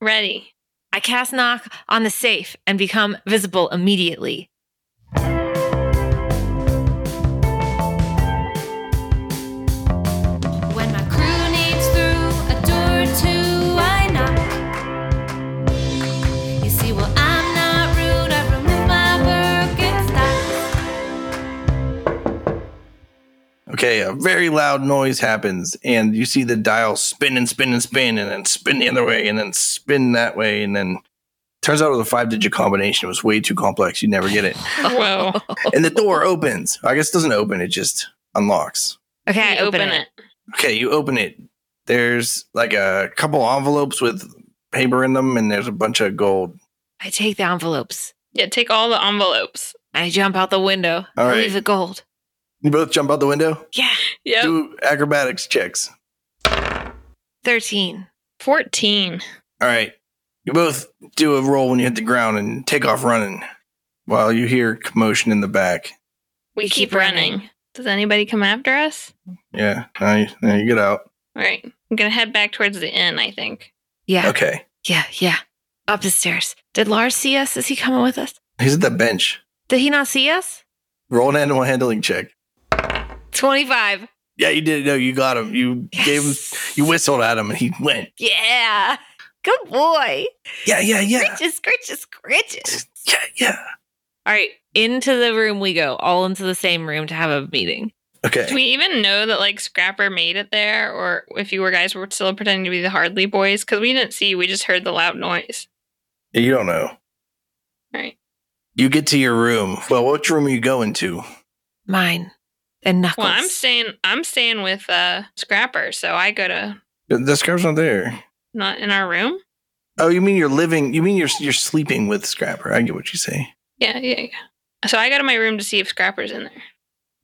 Ready. I cast knock on the safe and become visible immediately. When my crew names through a door or two, I knock. You see, well, I'm not rude. I remove my Birkenstocks. Okay, a very loud noise happens, and you see the dial spin and spin and spin, and then spin the other way, and then spin that way, and then turns out it was a five digit combination. It was way too complex. You never [laughs] get it. Whoa. and the door opens. I guess it doesn't open, it just unlocks. Okay, We I open, it. Okay, you open it. There's like a couple envelopes with paper in them, and there's a bunch of gold. I take the envelopes. Yeah, take all the envelopes. I jump out the window. All I right. leave the gold. You both jump out the window, Yeah. Yep. do acrobatics checks. 13. 14. All right. You both do a roll when you hit the ground and take off running. while you hear commotion in the back. We keep, keep running. running. Does anybody come after us? Yeah, now you, now you get out. All right. I'm going to head back towards the inn, I think. Yeah. Okay, Yeah. Yeah. Up the stairs. Did Lars see us? Is he coming with us? he's at the bench. Did he not see us? Roll an animal handling check. 25. Yeah, you did. No, you got him. You gave him. Yes. You whistled at him, and he went. Yeah. Good boy. Yeah, yeah, yeah, Scritches, scritches, scritches. yeah, yeah. All right. Into the room we go, all into the same room to have a meeting. Okay. Do we even know that, like, Scrapper made it there? Or if you were guys were still pretending to be the Hardley boys? Because we didn't see. We just heard the loud noise. You don't know. All right. You get to your room. Well, which room are you going to? Mine and Knuckles. Well, I'm staying. I'm staying with uh Scrapper, so I go to The- The Scrapper's not there. not in our room. Oh, you mean you're living? You mean you're you're sleeping with Scrapper? I get what you say. Yeah, yeah, yeah. So I go to my room to see if Scrapper's in there.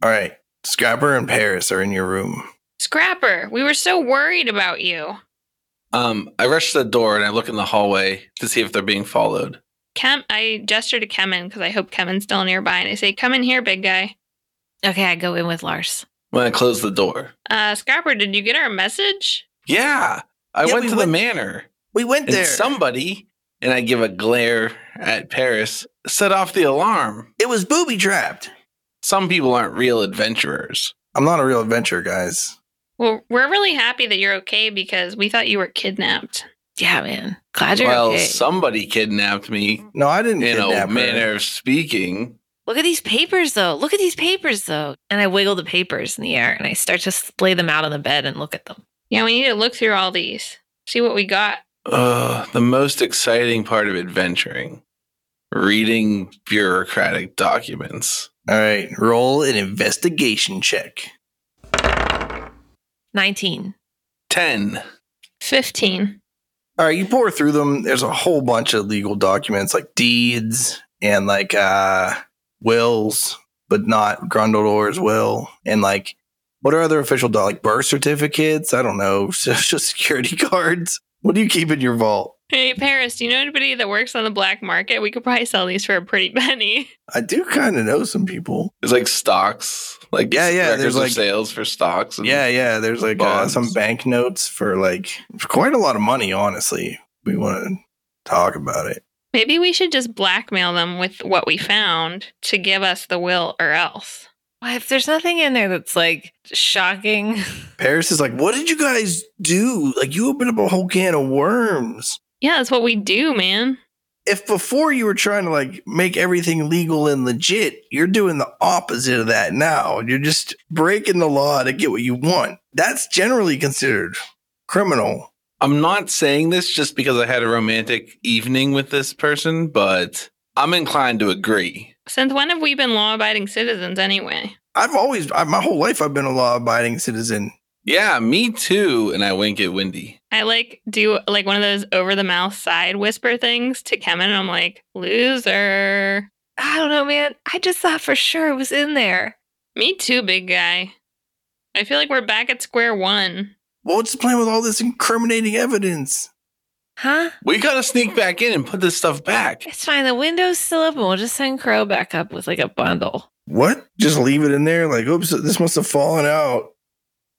All right, Scrapper and Paris are in your room. Scrapper, we were so worried about you. Um, I rush to the door and I look in the hallway to see if they're being followed. Kem, I gesture to Kemen because I hope Kemen's still nearby, and I say, "Come in here, big guy." okay, I go in with Lars. When I close the door, Uh, Scrapper, did you get our message? yeah, I Yeah, went we to went- the manor We went and somebody, and I give a glare at Paris, set off the alarm. it was booby trapped. Some people aren't real adventurers. I'm not a real adventurer, guys. Well, we're really happy that you're okay because we thought you were kidnapped. Yeah, man. Glad you're well, okay. somebody kidnapped me No, I didn't. in a kidnap her. manner of speaking. Look at these papers, though. Look at these papers, though. And I wiggle the papers in the air and I start to lay them out on the bed and look at them. Yeah, we need to look through all these, see what we got. Uh, the most exciting part of adventuring reading bureaucratic documents. All right, roll an investigation check. 19. 10. Fifteen. All right, you pour through them. There's a whole bunch of legal documents like deeds and like uh wills, but not Grundledor's will. And like, what are other official do- like birth certificates? I don't know, [laughs] social security [laughs] cards. What do you keep in your vault? Hey, Paris, do you know anybody that works on the black market? We could probably sell these for a pretty [laughs] penny. I do kind of know some people. There's like stocks, like Yeah, yeah, records there's, of like- sales for stocks. and- Yeah, yeah. There's like uh, Bonds. some banknotes for like for quite a lot of money. Honestly, we want to talk about it. Maybe we should just blackmail them with what we found to give us the will or else. Why, if there's nothing in there that's like shocking, [laughs] Paris is like, what did you guys do? Like, you opened up a whole can of worms. Yeah, that's what we do, man. if before you were trying to like make everything legal and legit, you're doing the opposite of that now. You're just breaking the law to get what you want. That's generally considered criminal. I'm not saying this just because I had a romantic evening with this person, but I'm inclined to agree. Since when have we been law abiding citizens anyway? I've always, I, my whole life, I've been a law abiding citizen. Yeah, me too. And I wink at Wendy. I like do like one of those over the mouth side whisper things to Kemen, and I'm like, loser. I don't know, man. I just thought for sure it was in there. Me too, big guy. I feel like we're back at square one. Well, what's the plan with all this incriminating evidence? Huh? We gotta sneak back in and put this stuff back. It's fine. The window's still open. We'll just send Crow back up with like a bundle. What? Just leave it in there? Like, oops, this must have fallen out.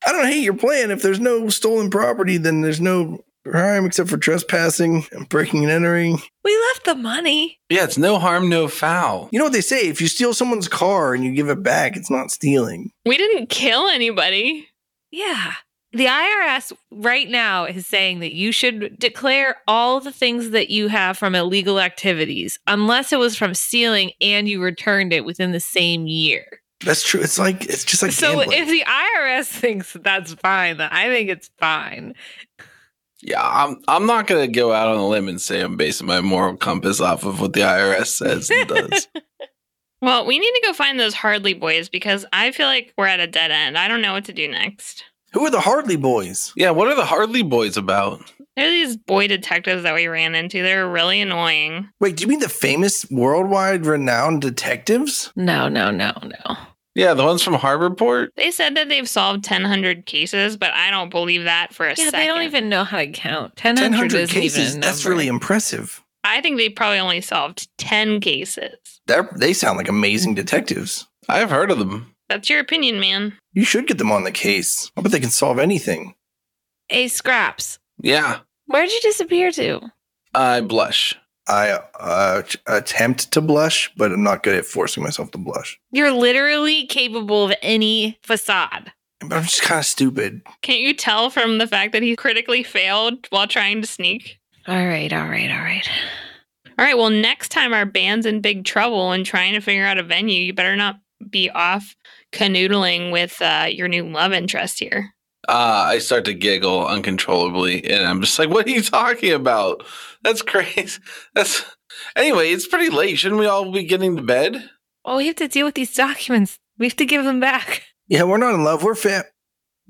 I don't hate your plan. If there's no stolen property, then there's no crime except for trespassing and breaking and entering. We left the money. Yeah, it's no harm, no foul. You know what they say? If you steal someone's car and you give it back, it's not stealing. We didn't kill anybody. Yeah. The IRS right now is saying that you should declare all the things that you have from illegal activities, unless it was from stealing and you returned it within the same year. That's true. It's like it's just like so gambling. if the IRS thinks that that's fine, then I think it's fine. Yeah, I'm I'm not gonna go out on a limb and say I'm basing my moral compass off of what the IRS says and does. Well, we need to go find those Hardley boys because I feel like we're at a dead end. I don't know what to do next. Who are the Hardley boys? yeah, what are the Hardley boys about? There are these boy detectives that we ran into. They're really annoying. Wait, do you mean the famous worldwide renowned detectives? No, no, no, no. Yeah, the ones from Harborport? They said that they've solved 1,000 cases, but I don't believe that for a Yeah, second. they don't even know how to count. 1,000 1,000 isn't even a cases. That's number. really impressive. I think they probably only solved 10 cases. They're, they sound like amazing detectives. I've heard of them. That's your opinion, man. You should get them on the case. I bet they can solve anything. Hey, Scraps, Yeah, where'd you disappear to? I blush. I uh, attempt to blush, but I'm not good at forcing myself to blush. You're literally capable of any facade. But I'm just kind of stupid. Can't you tell from the fact that he critically failed while trying to sneak? All right, all right, all right. All right, well, next time our band's in big trouble and trying to figure out a venue, you better not be off canoodling with uh, your new love interest here. Uh, I start to giggle uncontrollably, and I'm just like, "What are you talking about? That's crazy. That's anyway. It's pretty late. Shouldn't we all be getting to bed? Oh, we have to deal with these documents. We have to give them back. [laughs] Yeah, we're not in love. We're fat.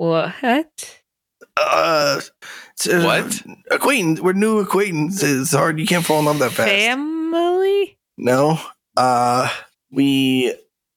What? Uh, it's, uh, What? Acquaintance. We're new acquaintances. It's hard. You can't fall in love that fast. Family? No. Uh, we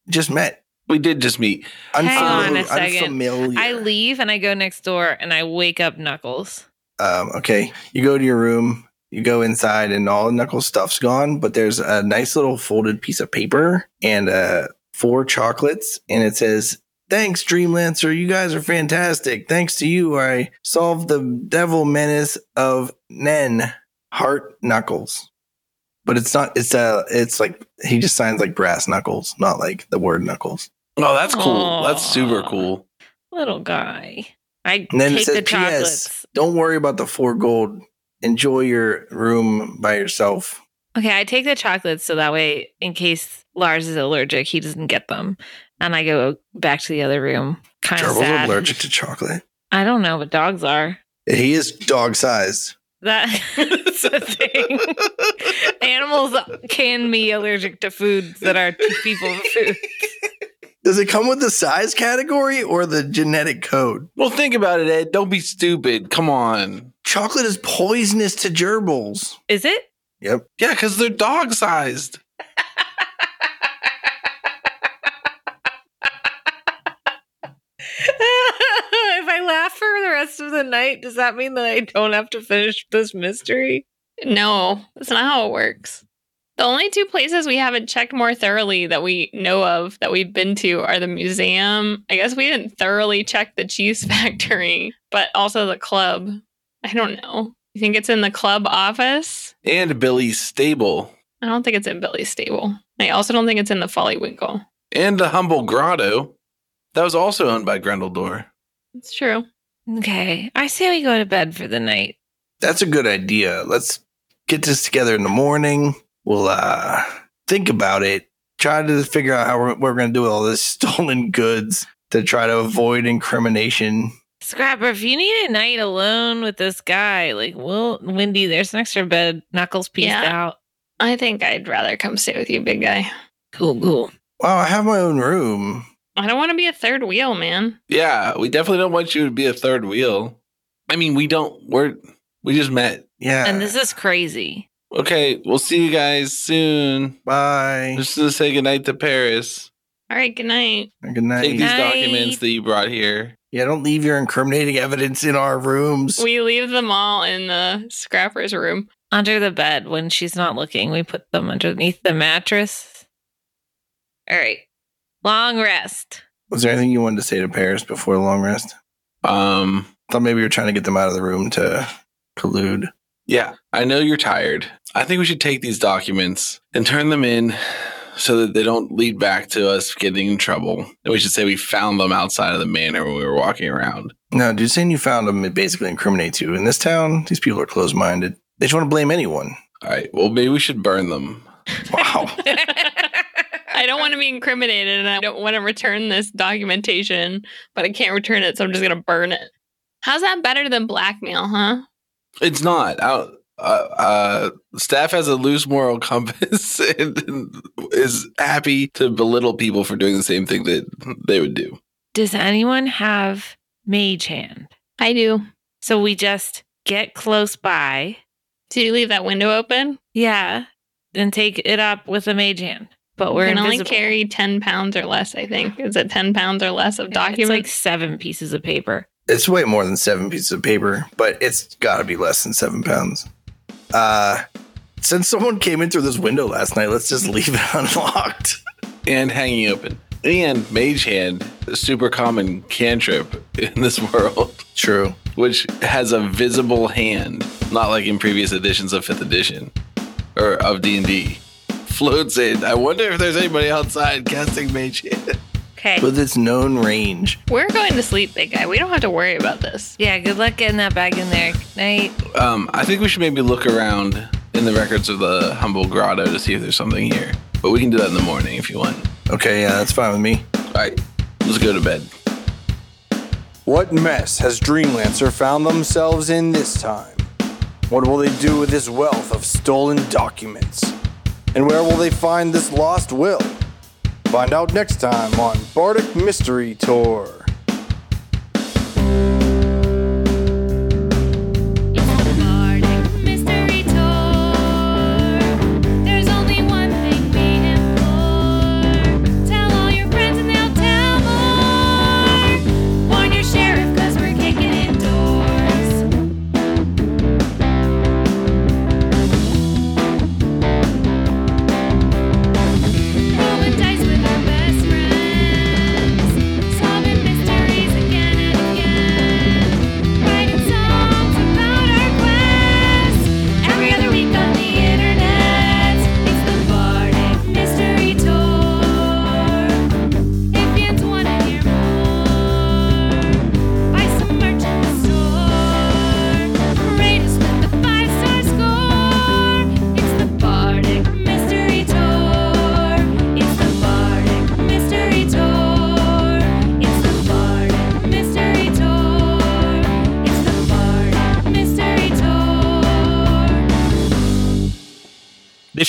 just met. We did just meet. Hang on a Unfamiliar- second. Unfamiliar. I leave and I go next door and I wake up Knuckles. um, okay, you go to your room, you go inside, and all Knuckles' stuff's gone, but there's a nice little folded piece of paper and uh, four chocolates, and it says, Thanks, Dreamlancer. You guys are fantastic. Thanks to you, I solved the devil menace of Nen Heart Knuckles. But it's not, it's uh, it's like he just signs like brass knuckles, not like the word knuckles. Oh, that's cool. That's super Aw. cool. Little guy. I And then it take says, the "P.S. chocolates. Don't worry about the four gold. Enjoy your room by yourself. Okay, I take the chocolates so that way, in case Lars is allergic, he doesn't get them. And I go back to the other room. Kind of Gerbil's sad. allergic to chocolate. I don't know, but dogs are. He is dog sized. That- [laughs] That's the thing. Animals can be allergic to foods that are to people food. Does it come with the size category or the genetic code? Well, think about it, Ed. Don't be stupid. Come on. Chocolate is poisonous to gerbils. Is [laughs] it? Yep. Yeah, because they're dog sized. if I laugh for the rest of the night, does that mean that I don't have to finish this mystery? No, that's not how it works. The only two places we haven't checked more thoroughly that we know of that we've been to are the museum. I guess we didn't thoroughly check the cheese [laughs] factory, but also the club. I don't know. You think it's in the club office? And Billy's stable. I don't think it's in Billy's stable. I also don't think it's in the Follywinkle. And the humble grotto. That was also owned by Grendeldor. It's true. Okay, I say we go to bed for the night. That's a good idea. Let's get this together in the morning. We'll uh, think about it. Try to figure out how we're, we're going to do with all this [laughs] stolen goods to try to avoid incrimination. Scrapper, if you need a night alone with this guy, like, well, Wendy, there's an extra bed. Knuckles peaced Yeah. out. I think I'd rather come stay with you, big guy. Cool, cool. Wow, I have my own room. I don't want to be a third wheel, man. Yeah, we definitely don't want you to be a third wheel. I mean, we don't. We're we just met. Yeah. And this is crazy. Okay, we'll see you guys soon. Bye. Just to say goodnight to Paris. All right, good night. Good night. Take these Night. documents that you brought here. Yeah, don't leave your incriminating evidence in our rooms. We leave them all in the scrapper's room. Under the bed when she's not looking, we put them underneath the mattress. All right, long rest. Was there anything you wanted to say to Paris before the long rest? Um, Thought maybe you were trying to get them out of the room to collude. yeah, I know you're tired. I think we should take these documents and turn them in so that they don't lead back to us getting in trouble. And we should say we found them outside of the manor when we were walking around. No, dude, saying you found them it basically incriminates you. In this town, these people are closed minded. They just want to blame anyone. All right. Well, maybe we should burn them. Wow. I don't want to be incriminated and I don't want to return this documentation, but I can't return it, so I'm just going to burn it. How's that better than blackmail, huh? It's not. I, uh, uh, staff has a loose moral [laughs] compass and, and is happy to belittle people for doing the same thing that they would do. Does anyone have mage hand? I do. So we just get close by, Did you leave that window open? yeah, and take it up with a mage hand. But we're you can invisible. only carry 10 pounds or less, I think. Is it 10 pounds or less of Yeah, It's like documents? seven pieces of paper. it's way more than seven pieces of paper, but it's got to be less than seven pounds. Uh, Since someone came in through this window last night, let's just leave it [laughs] unlocked. and hanging open. And Mage Hand, a super common cantrip in this [laughs] world, True. which has a visible hand, not like in previous editions of 5th edition or of D&D. Floats in. I wonder if there's anybody outside casting Mage Hand. Okay. With its known range. We're going to sleep, big guy. We don't have to worry about this. Yeah, good luck getting that back in there. Good night. Um, I think we should maybe look around in the records of the Humble Grotto to see if there's something here. But we can do that in the morning if you want. Okay, yeah, that's fine with me. All right, let's go to bed. What mess has Dreamlancer found themselves in this time? What will they do with this wealth of stolen documents? And where will they find this lost will? Find out next time on Bardic Mystery Tour. Mystery tour. There's only one thing we implore. Tell all your friends and they'll tell more. Warn your sheriff 'cause we're kicking in doors. Rolling dice with our best friends, solving mysteries again and again. Writing songs about our quest. Every other week on the internet, it's the Bardic Mystery Tour. If fans want to hear more, buy some merch in the store. Rate us with a five-star score. It's the Bardic Mystery Tour. It's the Bardic Mystery Tour. It's the Bardic Mystery Tour. It's the Bardic Mystery Tour. This